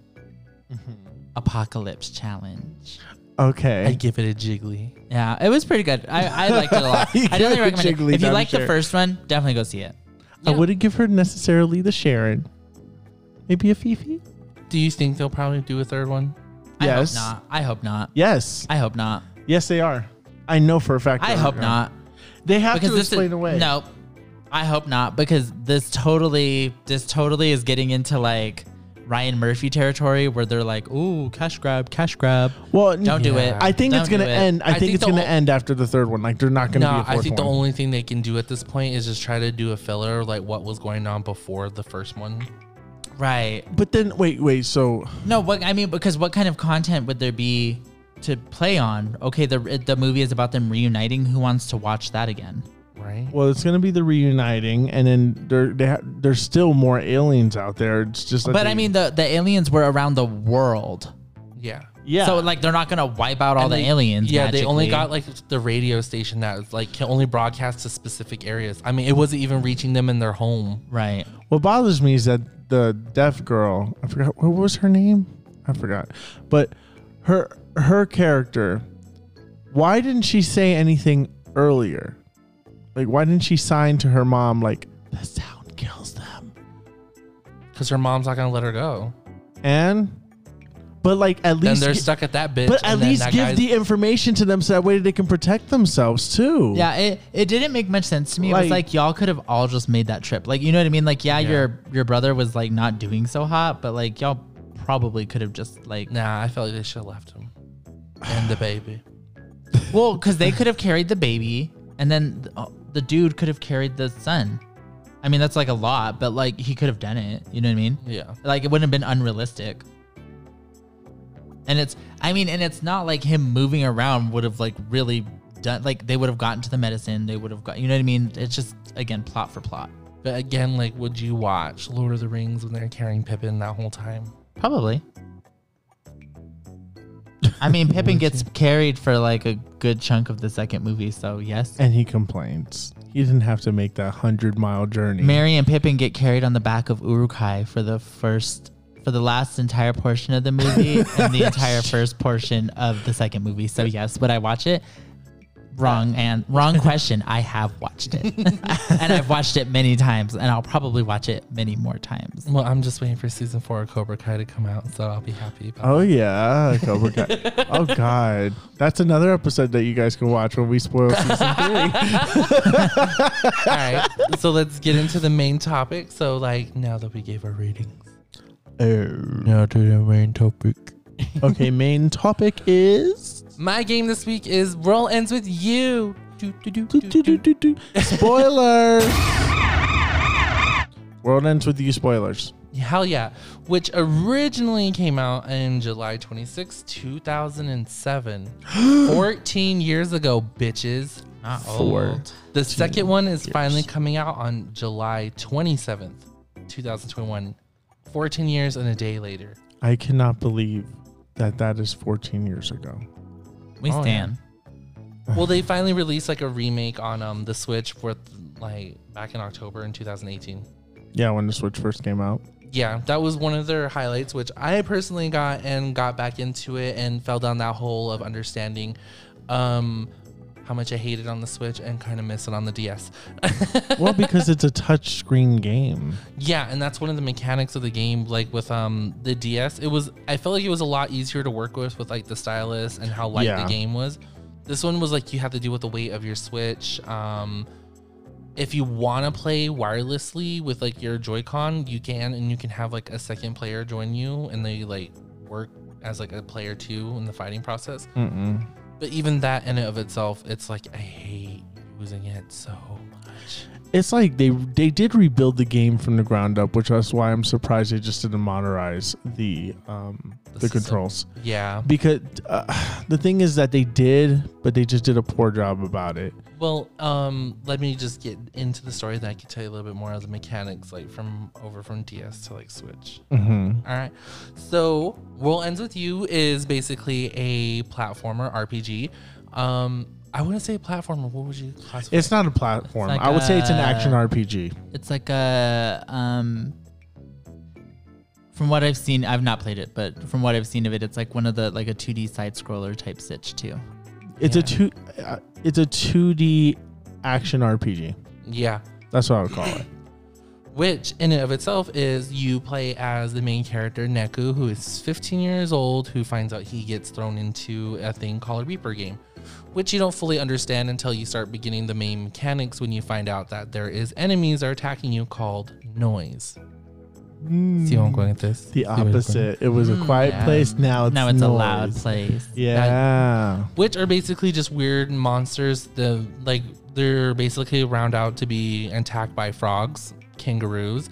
[SPEAKER 2] Mm-hmm.
[SPEAKER 3] Apocalypse Challenge.
[SPEAKER 1] I
[SPEAKER 2] Okay.
[SPEAKER 1] give it a jiggly.
[SPEAKER 3] Yeah, it was pretty good. I, I liked it a lot.
[SPEAKER 2] You
[SPEAKER 3] I definitely
[SPEAKER 2] got
[SPEAKER 3] recommend
[SPEAKER 2] jiggly
[SPEAKER 3] it. If you
[SPEAKER 2] down
[SPEAKER 3] like
[SPEAKER 2] here.
[SPEAKER 3] the first one, definitely go see it.
[SPEAKER 2] I wouldn't give her necessarily the Sharon. Maybe a Fifi?
[SPEAKER 1] Do you think they'll probably do a third one?
[SPEAKER 2] Yes.
[SPEAKER 3] I hope not. I hope not.
[SPEAKER 2] Yes.
[SPEAKER 3] I hope not.
[SPEAKER 2] Yes, they are. I know for a fact.
[SPEAKER 3] I
[SPEAKER 2] they
[SPEAKER 3] hope
[SPEAKER 2] are.
[SPEAKER 3] not.
[SPEAKER 2] They have
[SPEAKER 3] because
[SPEAKER 2] to
[SPEAKER 3] this
[SPEAKER 2] explain
[SPEAKER 3] is
[SPEAKER 2] away.
[SPEAKER 3] no i hope not because this totally this totally is getting into like ryan murphy territory where they're like ooh cash grab cash grab
[SPEAKER 2] Well,
[SPEAKER 3] don't do it
[SPEAKER 1] Yeah.
[SPEAKER 2] I think it's
[SPEAKER 3] Don't
[SPEAKER 2] gonna
[SPEAKER 3] do it.
[SPEAKER 2] end. I,
[SPEAKER 1] I
[SPEAKER 2] think,
[SPEAKER 1] think
[SPEAKER 2] it's
[SPEAKER 1] the
[SPEAKER 2] gonna
[SPEAKER 1] ol-
[SPEAKER 2] end after the third one. Like they're not gonna
[SPEAKER 1] No,
[SPEAKER 2] be a fourth
[SPEAKER 1] I think the
[SPEAKER 2] one.
[SPEAKER 1] only thing they can do at this point is just try to do a filler, like what was going on before the first one.
[SPEAKER 3] right
[SPEAKER 2] but then wait, wait. So
[SPEAKER 3] no what i mean because what kind of content would there be to play on okay the the movie is about them reuniting who wants to watch that again
[SPEAKER 1] Right?
[SPEAKER 2] well, it's gonna be the reuniting, and then there they ha- there's still more aliens out there. It's just. that
[SPEAKER 3] but
[SPEAKER 2] they-
[SPEAKER 3] i mean the the aliens were around the world
[SPEAKER 1] Yeah.
[SPEAKER 2] yeah.
[SPEAKER 3] so like they're not gonna wipe out all
[SPEAKER 1] And
[SPEAKER 3] the
[SPEAKER 1] they-
[SPEAKER 3] aliens
[SPEAKER 1] Yeah, they only
[SPEAKER 3] magically.
[SPEAKER 1] got like the radio station that was, like can only broadcast to specific areas. I mean, it wasn't even reaching them in their home.
[SPEAKER 3] right
[SPEAKER 2] what bothers me is that the deaf girl. I forgot what was her name. I forgot, but her her character. Why didn't she say anything earlier? Like, why didn't she sign to her mom like the sound kills them?
[SPEAKER 1] Because her mom's not gonna let her go.
[SPEAKER 2] And But like
[SPEAKER 1] Then
[SPEAKER 2] at least
[SPEAKER 1] they're
[SPEAKER 2] gi-
[SPEAKER 1] stuck at that bitch.
[SPEAKER 2] But at
[SPEAKER 1] and then
[SPEAKER 2] least
[SPEAKER 1] that
[SPEAKER 2] give
[SPEAKER 1] guy's-
[SPEAKER 2] the information to them so that way they can protect themselves too.
[SPEAKER 3] Yeah, it, it didn't make much sense to me. it was
[SPEAKER 2] Like-
[SPEAKER 3] like y'all could have all just made that trip. Like you know what I mean? Like yeah,
[SPEAKER 1] Yeah.
[SPEAKER 3] your your brother was like not doing so hot, but like y'all probably could have just like
[SPEAKER 1] Nah, I felt like they should have left him and the baby.
[SPEAKER 3] well because they could have carried the baby and then th- uh, the dude could have carried the son. I mean that's like a lot, but like he could have done it. You know what I mean?
[SPEAKER 1] Yeah.
[SPEAKER 3] Like it wouldn't have been unrealistic. And it's I mean, and it's not like him moving around would have like really done like they would have gotten to the medicine, they would have got you know what I mean? It's just again plot for plot.
[SPEAKER 1] But again, like, would you watch Lord of the Rings when they're carrying Pippin that whole time?
[SPEAKER 3] Probably. I mean Pippin gets carried for like a good chunk of the second movie, so yes.
[SPEAKER 2] And he complains. He didn't have to make that hundred mile journey.
[SPEAKER 3] Mary and Pippin get carried on the back of Urukai for the first for the last entire portion of the movie and the entire first portion of the second movie. So yes, would I watch it? Wrong and wrong question. I have watched it. and I've watched it many times and I'll probably watch it many more times.
[SPEAKER 1] Well, I'm just waiting for season four of Cobra Kai to come out, so I'll be happy. About
[SPEAKER 2] Oh yeah, Cobra Kai. oh god, that's another episode that you guys can watch when we spoil season three.
[SPEAKER 1] All right, so let's get into the main topic. So, like, now that we gave our ratings, now to the main topic.
[SPEAKER 2] okay, main topic is
[SPEAKER 1] My game this week is Roll Ends With You. Do, do, do, do, do, do.
[SPEAKER 2] spoilers. World ends with you spoilers.
[SPEAKER 1] Hell yeah. Which originally came out in July 26, 2007. 14 years ago, bitches.
[SPEAKER 3] Not old.
[SPEAKER 1] The second one is finally coming out on July 27th, 2021. 14 years and a day later.
[SPEAKER 2] I cannot believe that that is 14 years ago.
[SPEAKER 3] We
[SPEAKER 1] Oh, yeah.
[SPEAKER 3] stand.
[SPEAKER 1] Well, they finally released like a remake on um the Switch for like back in October in 2018.
[SPEAKER 2] Yeah, when the Switch first came out.
[SPEAKER 1] yeah, that was one of their highlights, which I personally got and got back into it and fell down that hole of understanding um, how much I hated on the Switch and kind of miss it on the DS.
[SPEAKER 2] Well, because it's a touch screen game.
[SPEAKER 1] Yeah, and that's one of the mechanics of the game. Like with um the DS, it was I felt like it was a lot easier to work with with like the stylus and how light
[SPEAKER 2] Yeah.
[SPEAKER 1] the game was. This one was like you have to deal with the weight of your Switch. Um, if you want to play wirelessly with like your Joy-Con, you can, and you can have like a second player join you, and they like work as like a player two in the fighting process.
[SPEAKER 2] Mm-mm.
[SPEAKER 1] But even that in and of itself, it's like I hate using it so much.
[SPEAKER 2] It's like they they did rebuild the game from the ground up, which that's why I'm surprised they just didn't modernize the um, the,
[SPEAKER 1] system.
[SPEAKER 2] controls.
[SPEAKER 1] Yeah.
[SPEAKER 2] Because uh, the thing is that they did, but they just did a poor job about it.
[SPEAKER 1] Well, um, let me just get into the story, then I can tell you a little bit more of the mechanics, like from over from DS to like Switch.
[SPEAKER 2] Mm-hmm.
[SPEAKER 1] All right. So, World Ends With You is basically a platformer RPG. Um, I wouldn't say platformer. What would you classify?
[SPEAKER 2] It's not a platform.
[SPEAKER 3] like
[SPEAKER 2] I would say it's an
[SPEAKER 3] a-
[SPEAKER 2] action RPG.
[SPEAKER 3] It's like a um from what I've seen, I've not played it, but from what I've seen of it, it's like one of the like a 2D side scroller type sitch too.
[SPEAKER 2] It's a
[SPEAKER 1] Yeah.
[SPEAKER 2] two. Uh, it's a two D action RPG.
[SPEAKER 1] yeah.
[SPEAKER 2] That's what I would call it.
[SPEAKER 1] which in and of itself is you play as the main character Neku, who is 15 years old, who finds out he gets thrown into a thing called a Reaper game, which you don't fully understand until you start beginning the main mechanics when you find out that there is enemies are attacking you called noise. See where I'm going with this? See
[SPEAKER 2] Hmm. The
[SPEAKER 1] where I'm going?
[SPEAKER 2] opposite. It was a quiet
[SPEAKER 3] yeah.
[SPEAKER 2] place. Now it's
[SPEAKER 3] now it's a
[SPEAKER 2] noise.
[SPEAKER 3] loud place.
[SPEAKER 2] Yeah.
[SPEAKER 1] which are basically just weird monsters. The like they're basically round out to be attacked by frogs, kangaroos,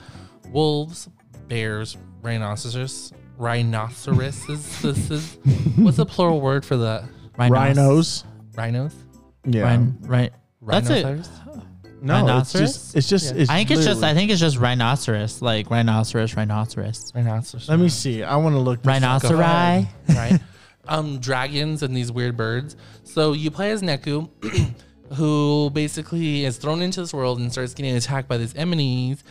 [SPEAKER 1] wolves, bears, rhinoceros, rhinoceroses. this is what's the plural word for that?
[SPEAKER 2] Rhinos.
[SPEAKER 1] Rhinos.
[SPEAKER 2] Yeah.
[SPEAKER 3] Rhin- rhin- That's it.
[SPEAKER 1] Rhinoceros.
[SPEAKER 2] No,
[SPEAKER 3] Rhinoceros?
[SPEAKER 2] it's just. It's just. It's
[SPEAKER 3] I think it's just I
[SPEAKER 2] literally-
[SPEAKER 3] think it's just rhinoceros, like rhinoceros, rhinoceros.
[SPEAKER 1] Rhinoceros.
[SPEAKER 2] Let me see. I want to look. this up.
[SPEAKER 3] Rhinoceri.
[SPEAKER 1] right? Um, dragons and these weird birds. So you play as Neku, who basically is thrown into this world and starts getting attacked by these Eminees.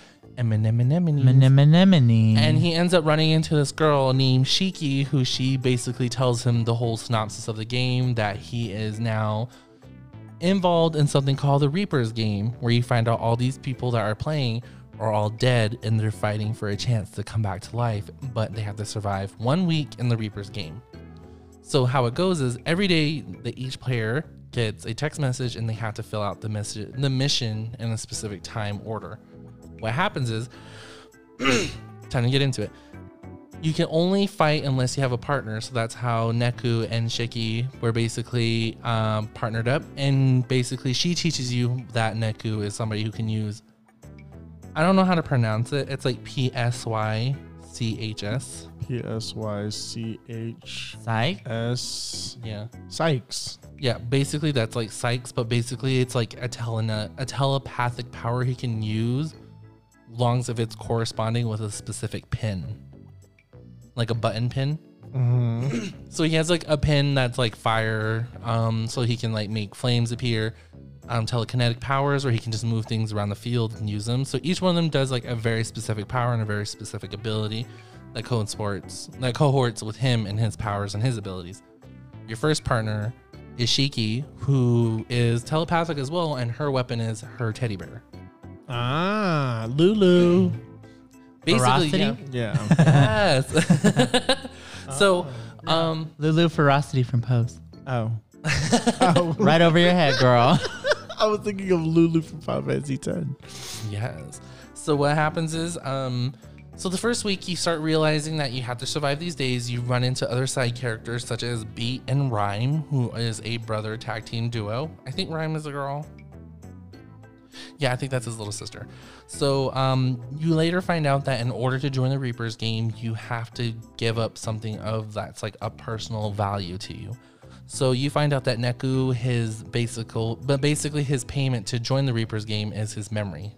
[SPEAKER 1] Eminem,
[SPEAKER 3] Menemenemene.
[SPEAKER 1] And he ends up running into this girl named Shiki, who she basically tells him the whole synopsis of the game that he is now involved in something called the Reapers game, where you find out all these people that are playing are all dead and they're fighting for a chance to come back to life, but they have to survive one week in the Reaper's game. So how it goes is every day that each player gets a text message and they have to fill out the message the mission in a specific time order. What happens is time to get into it. You can only fight unless you have a partner, so that's how Neku and Shiki were basically um, partnered up, and basically she teaches you that Neku is somebody who can use. I don't know how to pronounce it. It's like P S Y C H S.
[SPEAKER 2] P S Y C H
[SPEAKER 3] Psych.
[SPEAKER 2] S
[SPEAKER 1] Yeah.
[SPEAKER 2] Sykes.
[SPEAKER 1] Yeah, basically that's like Sykes, but basically it's like a telena, a telepathic power he can use, long as if it's corresponding with a specific pin, like a button pin. so he has like a pin that's like fire, um, so he can like make flames appear, um, telekinetic powers, or he can just move things around the field and use them. So each one of them does like a very specific power and a very specific ability that cohorts that cohorts with him and his powers and his abilities your first partner is Shiki, who is telepathic as well, and her weapon is her teddy bear.
[SPEAKER 2] Ah, Lulu.
[SPEAKER 1] Basically,
[SPEAKER 3] Ferocity?
[SPEAKER 2] Yeah.
[SPEAKER 1] yeah. yes. so, um,
[SPEAKER 3] Lulu Ferocity from Pose.
[SPEAKER 2] oh.
[SPEAKER 3] Right over your head, girl.
[SPEAKER 2] I was thinking of Lulu from Five Fantasy Ten.
[SPEAKER 1] Yes. So what happens is, um, so the first week you start realizing that you have to survive these days. You run into other side characters such as Beat and Rhyme, who is a brother tag team duo. I think Rhyme is a girl. Yeah, I think that's his little sister. So um, you later find out that in order to join the Reapers game, you have to give up something of that's like a personal value to you. So you find out that Neku, his basical, but basically his payment to join the Reapers game is his memory.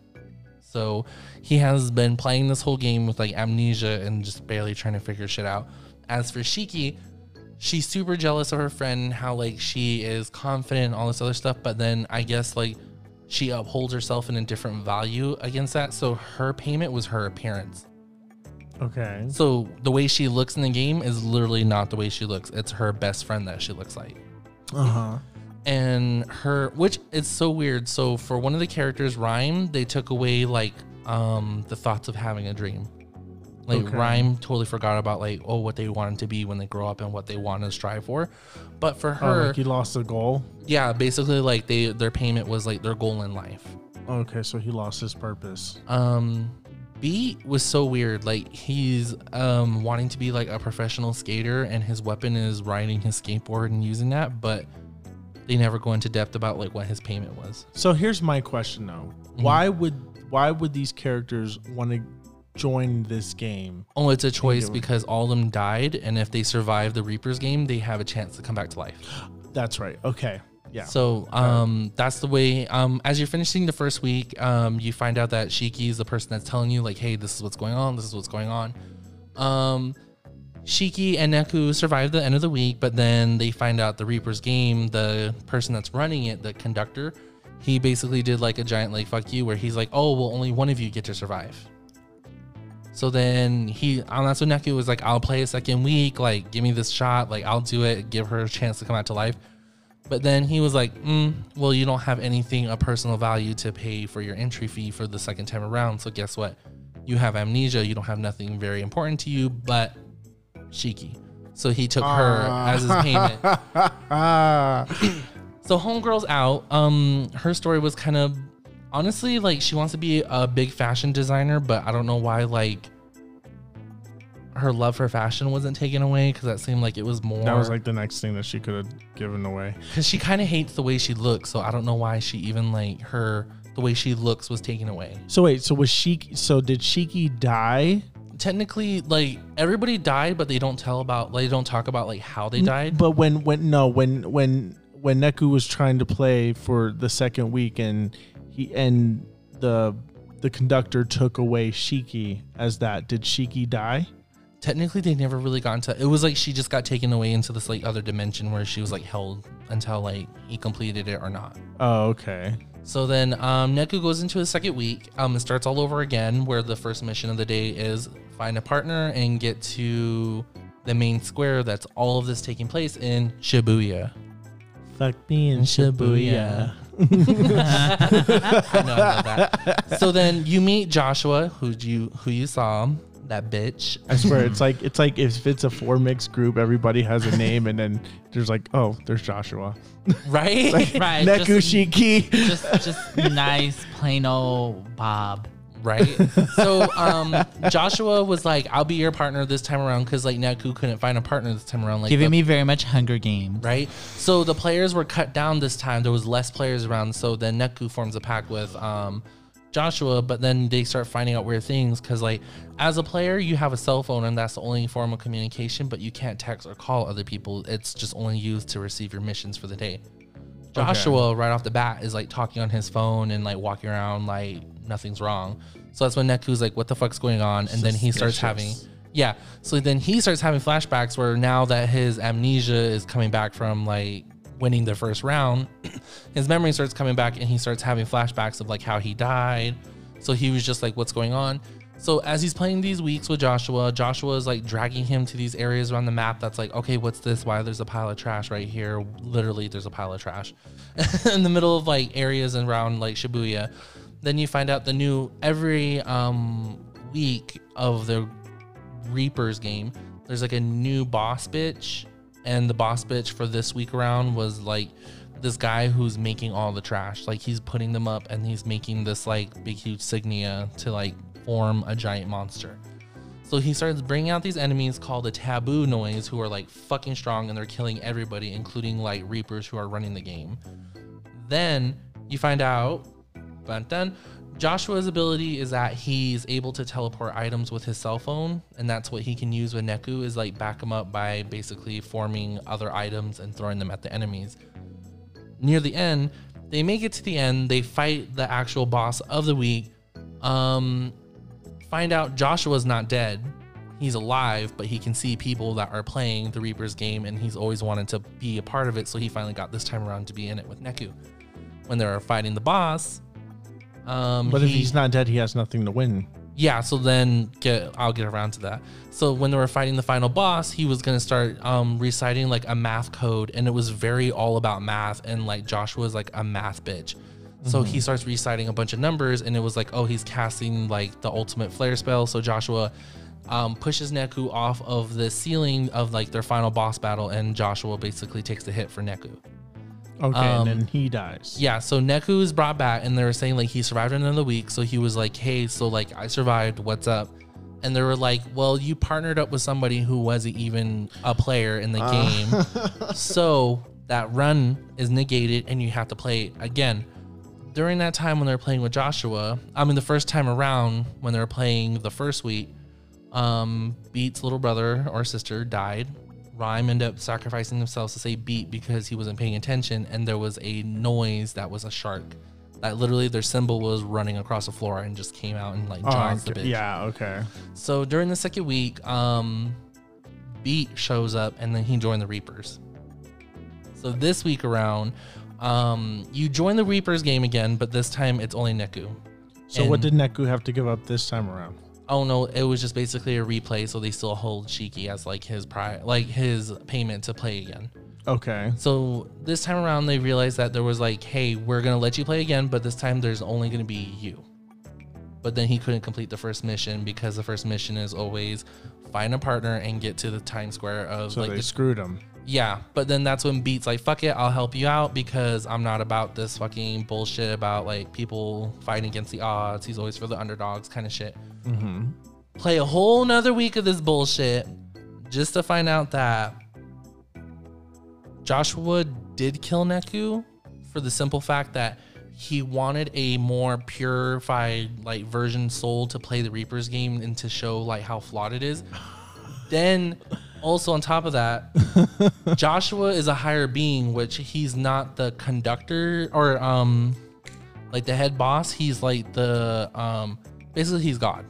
[SPEAKER 1] So he has been playing this whole game with like amnesia and just barely trying to figure shit out. As for Shiki, she's super jealous of her friend, how like she is confident and all this other stuff, but then I guess like she upholds herself in a different value against that. So her payment was her appearance.
[SPEAKER 2] Okay.
[SPEAKER 1] So the way she looks in the game is literally not the way she looks. It's her best friend that she looks like
[SPEAKER 2] Uh huh.
[SPEAKER 1] and her which is so weird so for one of the characters rhyme they took away like um the thoughts of having a dream like
[SPEAKER 2] Okay.
[SPEAKER 1] rhyme totally forgot about like oh what they wanted to be when they grow up and what they want to strive for but for
[SPEAKER 2] Oh,
[SPEAKER 1] her
[SPEAKER 2] like he lost a goal.
[SPEAKER 1] yeah basically like they their payment was like their goal in life
[SPEAKER 2] Okay, so he lost his purpose.
[SPEAKER 1] um B was so weird. Like he's um wanting to be like a professional skater and his weapon is riding his skateboard and using that, but they never go into depth about like what his payment was.
[SPEAKER 2] So here's my question though:
[SPEAKER 1] Mm-hmm.
[SPEAKER 2] Why would why would these characters want to join this game?
[SPEAKER 1] Oh, it's a choice because all of them died, and if they survive the Reapers game, they have a chance to come back to life.
[SPEAKER 2] That's right. Okay. Yeah.
[SPEAKER 1] So um, that's the way. Um, as you're finishing the first week, um, you find out that Shiki is the person that's telling you, like, hey, this is what's going on. This is what's going on. Um, Shiki and Neku survive the end of the week, but then they find out the Reapers game, the person that's running it, the conductor, he basically did like a giant like fuck you where he's like, oh, well, only one of you get to survive. So then he, um, that's when Neku was like, I'll play a second week. Like, give me this shot. Like, I'll do it. Give her a chance to come out to life. But then he was like, mm, well, you don't have anything of personal value to pay for your entry fee for the second time around. So guess what? You have amnesia. You don't have nothing very important to you, but Shiki. So he took her as his payment. So homegirl's out. Um, her story was kind of honestly like she wants to be a big fashion designer, but I don't know why like her love for fashion wasn't taken away because that seemed like it was more.
[SPEAKER 2] that was like the next thing that she could have given away.
[SPEAKER 1] because she kind of hates the way she looks, so I don't know why she even like her the way she looks was taken away.
[SPEAKER 2] So wait, so was Shiki? So did Shiki die?
[SPEAKER 1] Technically, like everybody died, but they don't tell about like they don't talk about like how they died.
[SPEAKER 2] But when when no when when when Neku was trying to play for the second week and he and the the conductor took away Shiki as that. Did Shiki die?
[SPEAKER 1] Technically, they never really got into. It was like she just got taken away into this like other dimension where she was like held until like he completed it or not.
[SPEAKER 2] Oh, okay.
[SPEAKER 1] So then um, Neku goes into his second week. Um, it starts all over again, where the first mission of the day is find a partner and get to the main square that's all of this taking place in Shibuya.
[SPEAKER 2] Fuck me in
[SPEAKER 1] Shibuya. I know, I know that. So then you meet Joshua, who you who you saw, that bitch.
[SPEAKER 2] I swear, it's like it's like if it's a four mix group, everybody has a name, and then there's like, oh, there's Joshua,
[SPEAKER 1] Right?
[SPEAKER 3] Right. just-
[SPEAKER 2] Nekushiki.
[SPEAKER 3] Just, just nice, plain old Bob.
[SPEAKER 1] right? so um, Joshua was like, "I'll be your partner this time around," because like Naku couldn't find a partner this time around. Like,
[SPEAKER 3] Giving
[SPEAKER 1] the-
[SPEAKER 3] me very much Hunger Games.
[SPEAKER 1] right? So the players were cut down this time. There was less players around. So then Neku forms a pact with um, Joshua, but then they start finding out weird things because, like, as a player, you have a cell phone and that's the only form of communication, but you can't text or call other people. It's just only used to receive your missions for the day. Joshua, right off the bat, is like talking on his phone and like walking around like nothing's wrong. So that's when Neku's like, "What the fuck's going on?" And then he starts having, yeah. So then he starts having flashbacks where now that his amnesia is coming back from like winning the first round, his memory starts coming back and he starts having flashbacks of like how he died. So he was just like, "What's going on?" So as he's playing these weeks with Joshua, Joshua is like dragging him to these areas around the map that's like, okay, what's this? Why there's a pile of trash right here? Literally, there's a pile of trash in the middle of like areas and around like Shibuya. Then you find out the new every um, week of the Reapers game, there's like a new boss bitch, and the boss bitch for this week around was like this guy who's making all the trash. Like he's putting them up and he's making this like big huge signia to like form a giant monster. So he starts bringing out these enemies called the Taboo Noise, who are like fucking strong and they're killing everybody, including like Reapers who are running the game. Then you find out but then Joshua's ability is that he's able to teleport items with his cell phone, and that's what he can use with Neku is like back him up by basically forming other items and throwing them at the enemies. Near the end, they make it to the end, they fight the actual boss of the week. Um find out Joshua's not dead. He's alive, but he can see people that are playing the Reaper's game and he's always wanted to be a part of it, so he finally got this time around to be in it with Neku. When they're fighting the boss, um,
[SPEAKER 2] But if
[SPEAKER 1] he-
[SPEAKER 2] he's not dead, he has nothing to win.
[SPEAKER 1] yeah, so then get I'll get around to that. So when they were fighting the final boss, he was gonna start um, reciting like a math code, and it was very all about math. And like Joshua's like a math bitch, so he starts reciting a bunch of numbers, and it was like, oh, he's casting like the ultimate flare spell. So Joshua um, pushes Neku off of the ceiling of like their final boss battle, and Joshua basically takes the hit for Neku.
[SPEAKER 2] Okay,
[SPEAKER 1] Um,
[SPEAKER 2] and then he dies.
[SPEAKER 1] Yeah, so Neku is brought back, and they were saying like he survived another week. So he was like, "Hey, so like I survived. What's up?" And they were like, "Well, you partnered up with somebody who wasn't even a player in the game, so that run is negated, and you have to play it again." During that time when they were playing with Joshua, I mean the first time around when they were playing the first week, um, Beat's little brother or sister died. Rhyme ended up sacrificing themselves to say Beat because he wasn't paying attention, and there was a noise that was a shark. That literally their symbol was running across the floor and just came out and like
[SPEAKER 2] Oh,
[SPEAKER 1] jaws the
[SPEAKER 2] okay.
[SPEAKER 1] bitch.
[SPEAKER 2] Yeah, okay.
[SPEAKER 1] So during the second week, um, Beat shows up and then he joined the Reapers. So this week around, um, you join the Reapers game again, but this time it's only Neku.
[SPEAKER 2] So what
[SPEAKER 1] And-
[SPEAKER 2] did Neku have to give up this time around?
[SPEAKER 1] Oh no, it was just basically a replay, so they still hold Shiki as like his pri- like his payment to play again.
[SPEAKER 2] Okay.
[SPEAKER 1] So this time around they realized that there was like, hey, we're gonna let you play again, but this time there's only gonna be you. But then he couldn't complete the first mission because the first mission is always find a partner and get to the time square of
[SPEAKER 2] So
[SPEAKER 1] like
[SPEAKER 2] they
[SPEAKER 1] the
[SPEAKER 2] screwed him.
[SPEAKER 1] yeah, but then that's when Beat's like, fuck it, I'll help you out because I'm not about this fucking bullshit about like people fighting against the odds. He's always for the underdogs kind of shit. Play a whole nother week of this bullshit just to find out that Joshua did kill Neku for the simple fact that he wanted a more purified like version soul to play the Reapers game and to show like how flawed it is. Then also on top of that, Joshua is a higher being, which he's not the conductor or um like the head boss. He's like the um basically he's God.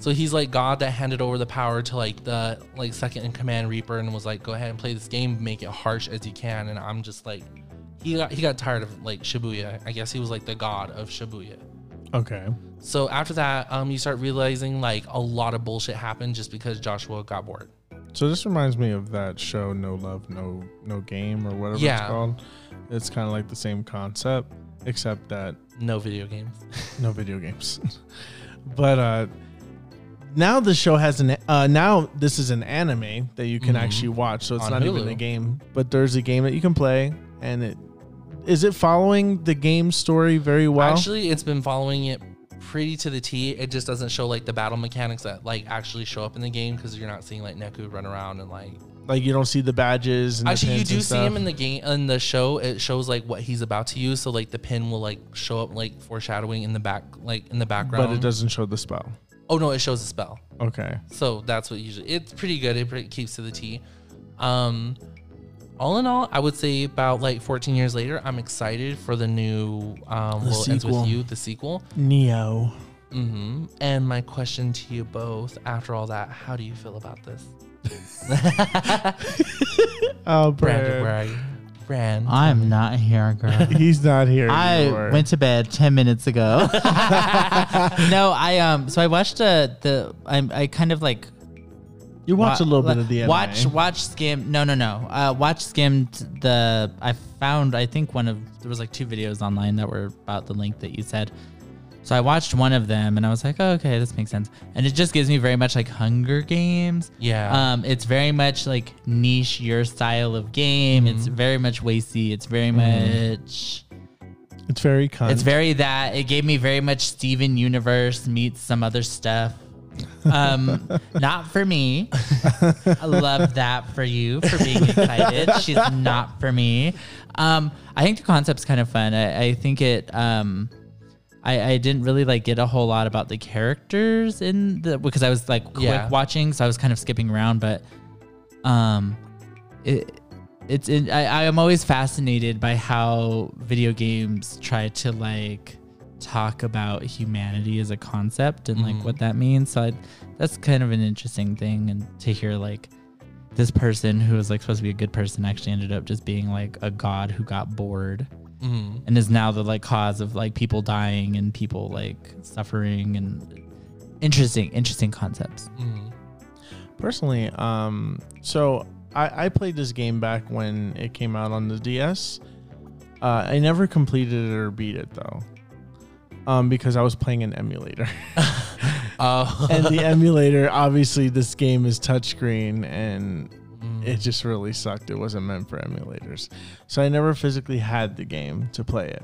[SPEAKER 1] So he's like God that handed over the power to like the like second in command Reaper and was like, go ahead and play this game, make it harsh as you can. And I'm just like, he got he got tired of like Shibuya. I guess he was like the God of Shibuya.
[SPEAKER 2] Okay.
[SPEAKER 1] So after that, um, you start realizing like a lot of bullshit happened just because Joshua got bored.
[SPEAKER 2] So this reminds me of that show, No Love, No No Game, or whatever
[SPEAKER 1] Yeah.
[SPEAKER 2] it's called. It's kind of like the same concept, except that
[SPEAKER 1] No video games.
[SPEAKER 2] no video games. but uh, now the show has an uh, now this is an anime that you can
[SPEAKER 1] Mhm.
[SPEAKER 2] actually watch. So it's
[SPEAKER 1] On
[SPEAKER 2] not even
[SPEAKER 1] Hulu.
[SPEAKER 2] a game, but there's a game that you can play, and it is it following the game story very well.
[SPEAKER 1] Actually, it's been following it pretty to the T. It just doesn't show like the battle mechanics that like actually show up in the game because you're not seeing like Neku run around and like.
[SPEAKER 2] like you don't see the badges. And
[SPEAKER 1] Actually, you do see him in the game in the show. It shows like what he's about to use, so like the pin will like show up like foreshadowing in the back, like in the background.
[SPEAKER 2] but it doesn't show the spell.
[SPEAKER 1] Oh no, it shows a spell.
[SPEAKER 2] Okay.
[SPEAKER 1] So that's what usually it's pretty good. It pretty keeps to the T. Um, all in all, I would say about like 14 years later, I'm excited for the new um,
[SPEAKER 2] The
[SPEAKER 1] Will It Ends with
[SPEAKER 2] sequel.
[SPEAKER 1] You, the sequel.
[SPEAKER 2] Neo.
[SPEAKER 1] hmm And my question to you both, after all that, how do you feel about this?
[SPEAKER 2] Oh,
[SPEAKER 1] Brandon, where
[SPEAKER 2] Brad.
[SPEAKER 1] are you? Brand.
[SPEAKER 3] I'm not here, girl.
[SPEAKER 2] He's not here.
[SPEAKER 3] I
[SPEAKER 2] anymore.
[SPEAKER 3] went to bed ten minutes ago. no, I um. So I watched uh, the. I I kind of like
[SPEAKER 2] You watch
[SPEAKER 3] wa-
[SPEAKER 2] a little
[SPEAKER 3] like,
[SPEAKER 2] bit of the anime.
[SPEAKER 3] watch watch skim. No, no, no. Uh, watch skimmed the. I found I think one of there was like two videos online that were about the link that you said. So I watched one of them and I was like, oh, okay, this makes sense. And it just gives me very much like Hunger Games.
[SPEAKER 1] Yeah.
[SPEAKER 3] Um, it's very much like niche your style of game. It's very much wasty. It's very much.
[SPEAKER 2] It's very kind.
[SPEAKER 3] It's very that. It gave me very much Steven Universe meets some other stuff. Um, not for me. I love that for you for being excited. She's not for me. Um, I think the concept's kind of fun. I, I think it. Um, I, I didn't really like get a whole lot about the characters in the because I was like quick
[SPEAKER 1] Yeah.
[SPEAKER 3] watching, so I was kind of skipping around. But um, it it's in, I I am always fascinated by how video games try to like talk about humanity as a concept and like what that means. So I, that's kind of an interesting thing, and to hear like this person who was like supposed to be a good person actually ended up just being like a god who got bored
[SPEAKER 1] Mhm.
[SPEAKER 3] and is now the like cause of like people dying and people like suffering and interesting interesting concepts
[SPEAKER 2] Mm.
[SPEAKER 1] Mhm.
[SPEAKER 2] personally. Um, so I, I played this game back when it came out on the DS. Uh, I never completed it or beat it though, um, because I was playing an emulator,
[SPEAKER 1] Oh.
[SPEAKER 2] and the emulator obviously this game is touchscreen and. It just really sucked. It wasn't meant for emulators. So I never physically had the game to play it.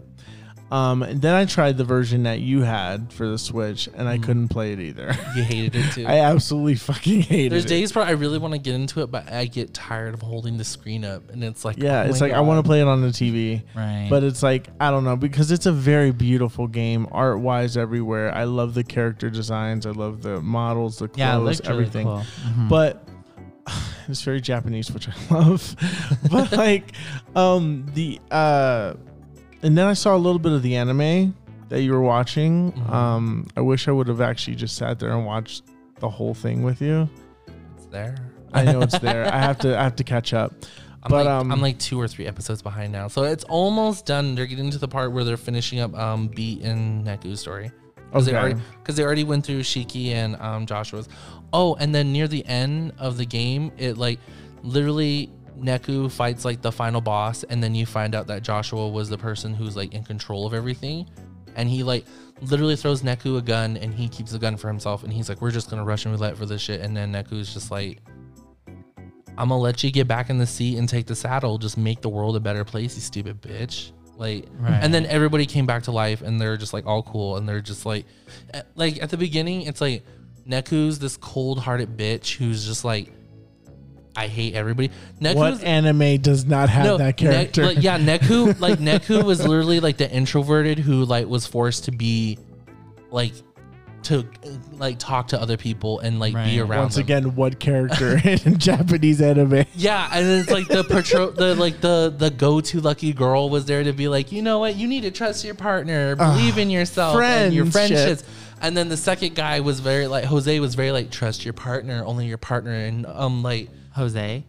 [SPEAKER 2] Um, and then I tried the version that you had for the Switch, and I couldn't play it either.
[SPEAKER 1] you hated it too.
[SPEAKER 2] I absolutely fucking hated
[SPEAKER 1] There's
[SPEAKER 2] it.
[SPEAKER 1] days where I really want to get into it, but I get tired of holding the screen up, and it's like oh
[SPEAKER 2] Yeah, it's like I want to play it on the TV.
[SPEAKER 3] right
[SPEAKER 2] But it's like I don't know because it's a very beautiful game art wise everywhere. I love the character designs. I love the models, the clothes,
[SPEAKER 3] yeah it looked really
[SPEAKER 2] everything.
[SPEAKER 3] cool.
[SPEAKER 2] But it's very Japanese, which I love. but like um the uh and then I saw a little bit of the anime that you were watching.
[SPEAKER 3] Mm-hmm.
[SPEAKER 2] Um I wish I would have actually just sat there and watched the whole thing with you.
[SPEAKER 1] It's there.
[SPEAKER 2] I know it's there. I have to I have to catch up.
[SPEAKER 1] I'm like,
[SPEAKER 2] But um
[SPEAKER 1] I'm like two or three episodes behind now, so it's almost done. They're getting to the part where they're finishing up um Beat and Neku's story because they
[SPEAKER 2] Okay.
[SPEAKER 1] already because they already went through Shiki and um Joshua's. Oh, and then near the end of the game, it like literally Neku fights like the final boss, and then you find out that Joshua was the person who's like in control of everything, and he like literally throws Neku a gun, and he keeps the gun for himself, and he's like, "We're just gonna Russian roulette for this shit," and then Neku's just like. I'm gonna let you get back in the seat and take the saddle. Just make the world a better place, you stupid bitch. Like,
[SPEAKER 3] Right.
[SPEAKER 1] and then everybody came back to life, and they're just like all cool, and they're just like, eh, like at the beginning, it's like Neku's this cold-hearted bitch who's just like, I hate everybody. Neku's
[SPEAKER 2] what anime does not have that
[SPEAKER 1] Ne-
[SPEAKER 2] character?
[SPEAKER 1] like, yeah, Neku, like Neku was literally like the introverted who like was forced to be, like, to uh, like talk to other people and like be
[SPEAKER 3] Right.
[SPEAKER 1] around.
[SPEAKER 2] Once
[SPEAKER 1] them.
[SPEAKER 2] again, what character in Japanese anime?
[SPEAKER 1] Yeah, and it's like the patro, the like the the go to lucky girl was there to be like, you know what, you need to trust your partner, believe in yourself, and your
[SPEAKER 2] friendship.
[SPEAKER 1] friendships. And then the second guy was very like Jose was very like trust your partner, only your partner, and um like
[SPEAKER 3] jose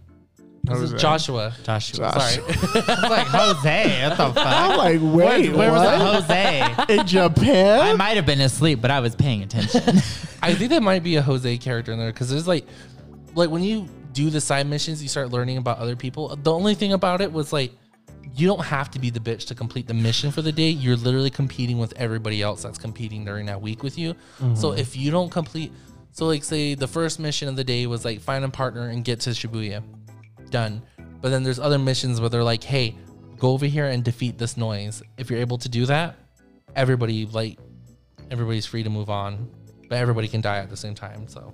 [SPEAKER 1] this is
[SPEAKER 2] Jose.
[SPEAKER 1] Joshua.
[SPEAKER 3] joshua
[SPEAKER 1] Sorry,
[SPEAKER 3] like jose what the fuck
[SPEAKER 2] I'm like, wait,
[SPEAKER 3] where was
[SPEAKER 2] what?
[SPEAKER 3] the jose
[SPEAKER 2] in Japan?
[SPEAKER 3] i might have been asleep but i was paying attention
[SPEAKER 1] I think there might be a Jose character in there because there's like, like when you do the side missions, you start learning about other people. The only thing about it was like, you don't have to be the bitch to complete the mission for the day. You're literally competing with everybody else that's competing during that week with you. So if you don't complete, so like say the first mission of the day was like find a partner and get to Shibuya, done. But then there's other missions where they're like, hey, go over here and defeat this noise. If you're able to do that, everybody like everybody's free to move on, but everybody can die at the same time. So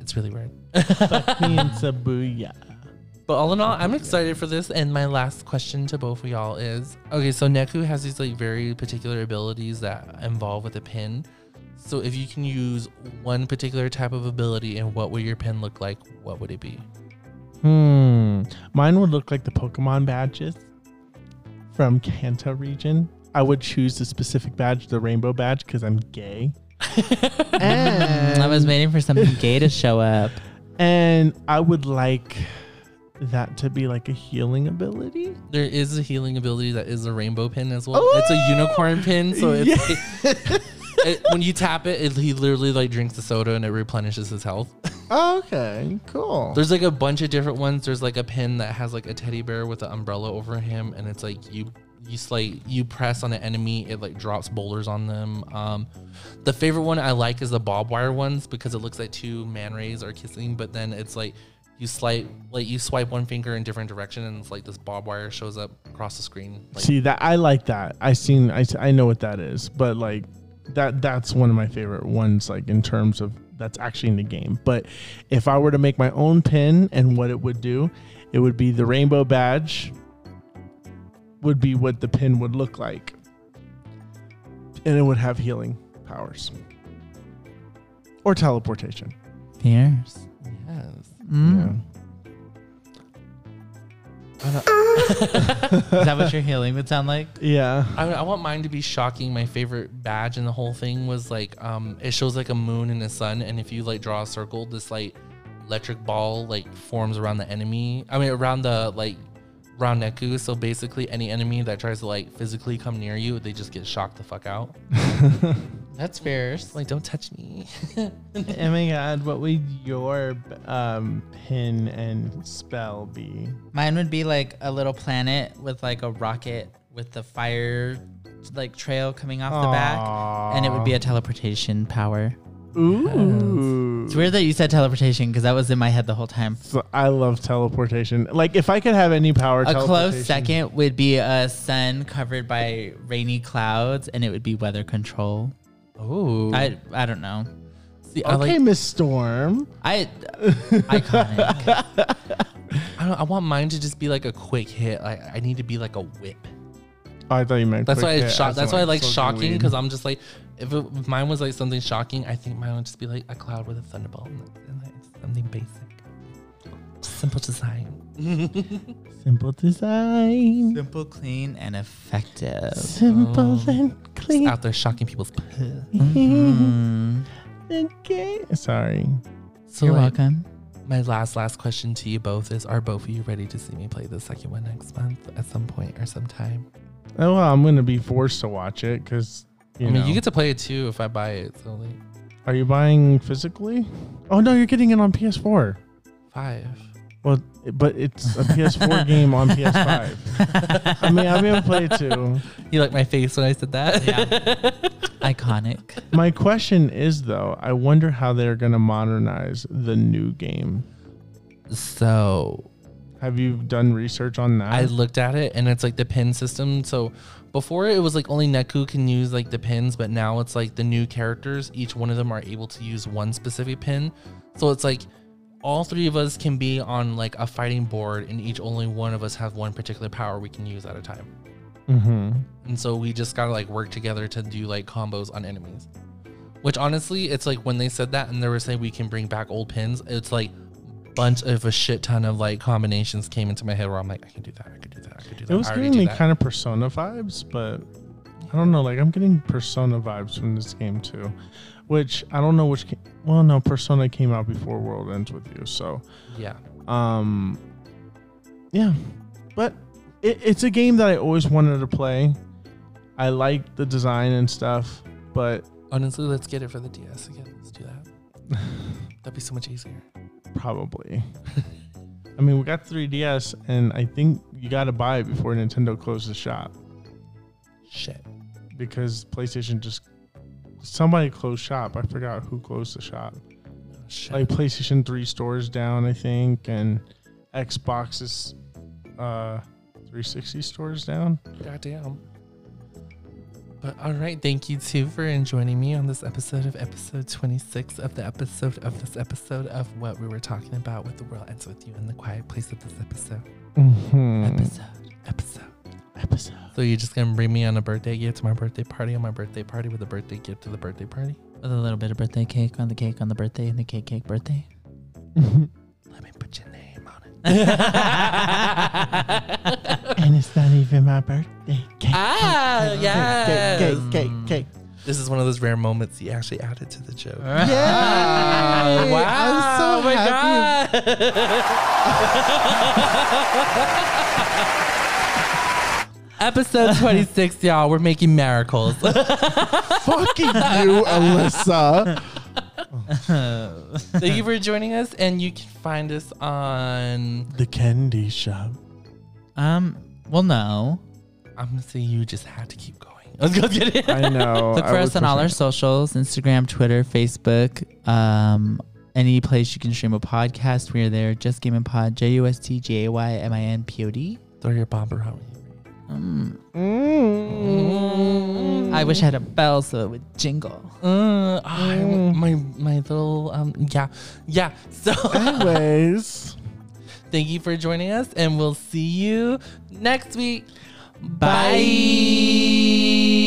[SPEAKER 1] it's really weird.
[SPEAKER 2] Me and Sabuya.
[SPEAKER 1] But all in all, I'm excited for this. And my last question to both of y'all is okay, so Neku has these like very particular abilities that involve with a pin. So if you can use one particular type of ability and what would your pin look like, what would it be?
[SPEAKER 2] Hmm. Mine would look like the Pokemon badges from Kanto region. I would choose the specific badge, the rainbow badge, because I'm gay. and,
[SPEAKER 3] I was waiting for something gay to show up.
[SPEAKER 2] and I would like that to be like a healing ability.
[SPEAKER 1] There is a healing ability that is a rainbow pin as well. It's a unicorn pin, so it's, it, when you tap it, it, he literally like drinks the soda and it replenishes his health.
[SPEAKER 2] Oh, Okay, cool.
[SPEAKER 1] There's like a bunch of different ones. There's like a pin that has like a teddy bear with an umbrella over him, and it's like you you slay you press on an enemy, it like drops boulders on them. Um, the favorite one I like is the bob wire ones because it looks like two man rays are kissing, but then it's like you swipe like you swipe one finger in different direction, and it's like this bob wire shows up across the screen. Like,
[SPEAKER 2] See that I like that. I seen I, I know what that is, but like that that's one of my favorite ones like in terms of that's actually in the game. But if I were to make my own pin and what it would do, it would be the rainbow badge would be what the pin would look like. And it would have healing powers. Or teleportation.
[SPEAKER 3] Fierce.
[SPEAKER 1] yes.
[SPEAKER 2] Hmm?
[SPEAKER 3] Mm.
[SPEAKER 1] I,
[SPEAKER 3] Is that what your healing would sound like?
[SPEAKER 2] Yeah.
[SPEAKER 1] I, I want mine to be shocking. My favorite badge in the whole thing was like um it shows like a moon and a sun, and if you like draw a circle, this like electric ball like forms around the enemy. I mean around the like round Neku. So basically any enemy that tries to like physically come near you, they just get shocked the fuck out.
[SPEAKER 3] That's fierce.
[SPEAKER 1] Like don't touch me.
[SPEAKER 2] oh my god, what would your um, pin and spell be?
[SPEAKER 3] Mine would be like a little planet with like a rocket with the fire like trail coming off the back, and it would be a teleportation power.
[SPEAKER 2] Ooh.
[SPEAKER 3] It's weird that you said teleportation because that was in my head the whole time.
[SPEAKER 2] So I love teleportation. Like if I could have any power,
[SPEAKER 3] A close
[SPEAKER 2] teleportation-
[SPEAKER 3] second would be a sun covered by rainy clouds, and it would be weather control.
[SPEAKER 1] Oh,
[SPEAKER 3] I I don't know.
[SPEAKER 1] see, I
[SPEAKER 2] Okay,
[SPEAKER 1] like.
[SPEAKER 2] Miss Storm.
[SPEAKER 3] I iconic.
[SPEAKER 1] I, don't, I want mine to just be like a quick hit. Like I need to be like a whip.
[SPEAKER 2] Oh, I thought you meant.
[SPEAKER 1] That's
[SPEAKER 2] quick
[SPEAKER 1] why
[SPEAKER 2] hit.
[SPEAKER 1] it's shock.
[SPEAKER 2] was
[SPEAKER 1] That's why I like
[SPEAKER 2] smoking
[SPEAKER 1] shocking
[SPEAKER 2] weed.
[SPEAKER 1] because I'm just like, if, it, if mine was like something shocking, I think mine would just be like a cloud with a thunderbolt. And that- and that's something basic, simple design.
[SPEAKER 2] simple design,
[SPEAKER 3] Simple, clean, and effective.
[SPEAKER 2] simple and
[SPEAKER 1] Oh. Just
[SPEAKER 2] clean.
[SPEAKER 1] out there shocking people's. p- Mm-hmm.
[SPEAKER 2] Mm-hmm. Okay. Sorry.
[SPEAKER 1] So
[SPEAKER 3] You're
[SPEAKER 1] like,
[SPEAKER 3] welcome.
[SPEAKER 1] My last last question to you both is: Are both of you ready to see me play the second one next month at some point or sometime?
[SPEAKER 2] Oh well, I'm gonna be forced to watch it because you
[SPEAKER 1] I mean,
[SPEAKER 2] know.
[SPEAKER 1] you get to play it too if I buy it. So like
[SPEAKER 2] Are you buying physically? Oh no, you're getting it on PS4.
[SPEAKER 1] five.
[SPEAKER 2] Well, but it's a PS4 game on PS5. I mean, I'll be able to play it too.
[SPEAKER 1] You like my face when I said that?
[SPEAKER 3] Yeah. iconic.
[SPEAKER 2] My question is though, I wonder how they're gonna modernize the new game.
[SPEAKER 1] So
[SPEAKER 2] Have you done research on that?
[SPEAKER 1] I looked at it and it's like the pin system. So before it was like only Neku can use like the pins, but now it's like the new characters, each one of them are able to use one specific pin. So it's like all three of us can be on like a fighting board and each only one of us have one particular power we can use at a time.
[SPEAKER 2] mm-hmm.
[SPEAKER 1] And so we just gotta like work together to do like combos on enemies. Which honestly, it's like when they said that and they were saying we can bring back old pins, it's like bunch of a shit ton of like combinations came into my head where I'm like, I can do that, I can do that, I can do that.
[SPEAKER 2] It was
[SPEAKER 1] I already
[SPEAKER 2] giving
[SPEAKER 1] do
[SPEAKER 2] me
[SPEAKER 1] that.
[SPEAKER 2] kind of Persona vibes, but I don't know. Like I'm getting Persona vibes from this game too, which I don't know which. Ca- well, no, Persona came out before World Ends with You, so
[SPEAKER 1] yeah.
[SPEAKER 2] um, yeah. But it, it's a game that I always wanted to play. I like the design and stuff, but
[SPEAKER 1] Honestly, let's get it for the DS again. Let's do that. That'd be so much easier.
[SPEAKER 2] Probably. I mean, we got 3DS, and I think you got to buy it before Nintendo closed the shop
[SPEAKER 1] Shit.
[SPEAKER 2] because PlayStation just somebody closed shop. I forgot who closed the shop.
[SPEAKER 1] Shit.
[SPEAKER 2] Like PlayStation 3 stores down, I think, and Xbox's uh 360 stores down.
[SPEAKER 1] Goddamn. But all right, thank you too for joining me on this episode of episode 26 of the episode of this episode of what we were talking about with the world ends with you in the quiet place of this episode.
[SPEAKER 2] Mhm.
[SPEAKER 1] Episode. Episode.
[SPEAKER 2] Episode.
[SPEAKER 1] So you're just gonna bring me on a birthday gift to my birthday party on my birthday party with a birthday gift to the birthday party?
[SPEAKER 3] With a little bit of birthday cake on the cake on the birthday and the cake cake birthday.
[SPEAKER 1] Let me put your name on it.
[SPEAKER 2] and it's not even my birthday.
[SPEAKER 1] Ah, yes.
[SPEAKER 2] cake, cake.
[SPEAKER 1] This is one of those rare moments you actually added to the joke.
[SPEAKER 2] Yeah!
[SPEAKER 1] Wow.
[SPEAKER 2] I'm so happy.
[SPEAKER 1] Episode 26, y'all. We're making miracles.
[SPEAKER 2] Fucking you, Alyssa.
[SPEAKER 1] Thank you for joining us, and you can find us on.
[SPEAKER 2] The candy shop.
[SPEAKER 3] um. Well, no.
[SPEAKER 1] I'm gonna say you just had to keep going. I was gonna get it.
[SPEAKER 2] I know.
[SPEAKER 3] Look
[SPEAKER 2] Oh, I
[SPEAKER 3] for
[SPEAKER 2] would
[SPEAKER 3] us on all our
[SPEAKER 2] prefer-
[SPEAKER 3] socials: Instagram, Twitter, Facebook. Um, any place you can stream a podcast, we are there. Just Game and Pod. J U S T G A Y M I N P O D.
[SPEAKER 1] Throw your bomb around.
[SPEAKER 3] Mm.
[SPEAKER 2] Mm.
[SPEAKER 3] I wish I had a bell so it would jingle.
[SPEAKER 1] Uh, I- my my little um yeah yeah. So
[SPEAKER 2] Anyways,
[SPEAKER 1] thank you for joining us, and we'll see you next week.
[SPEAKER 3] Bye.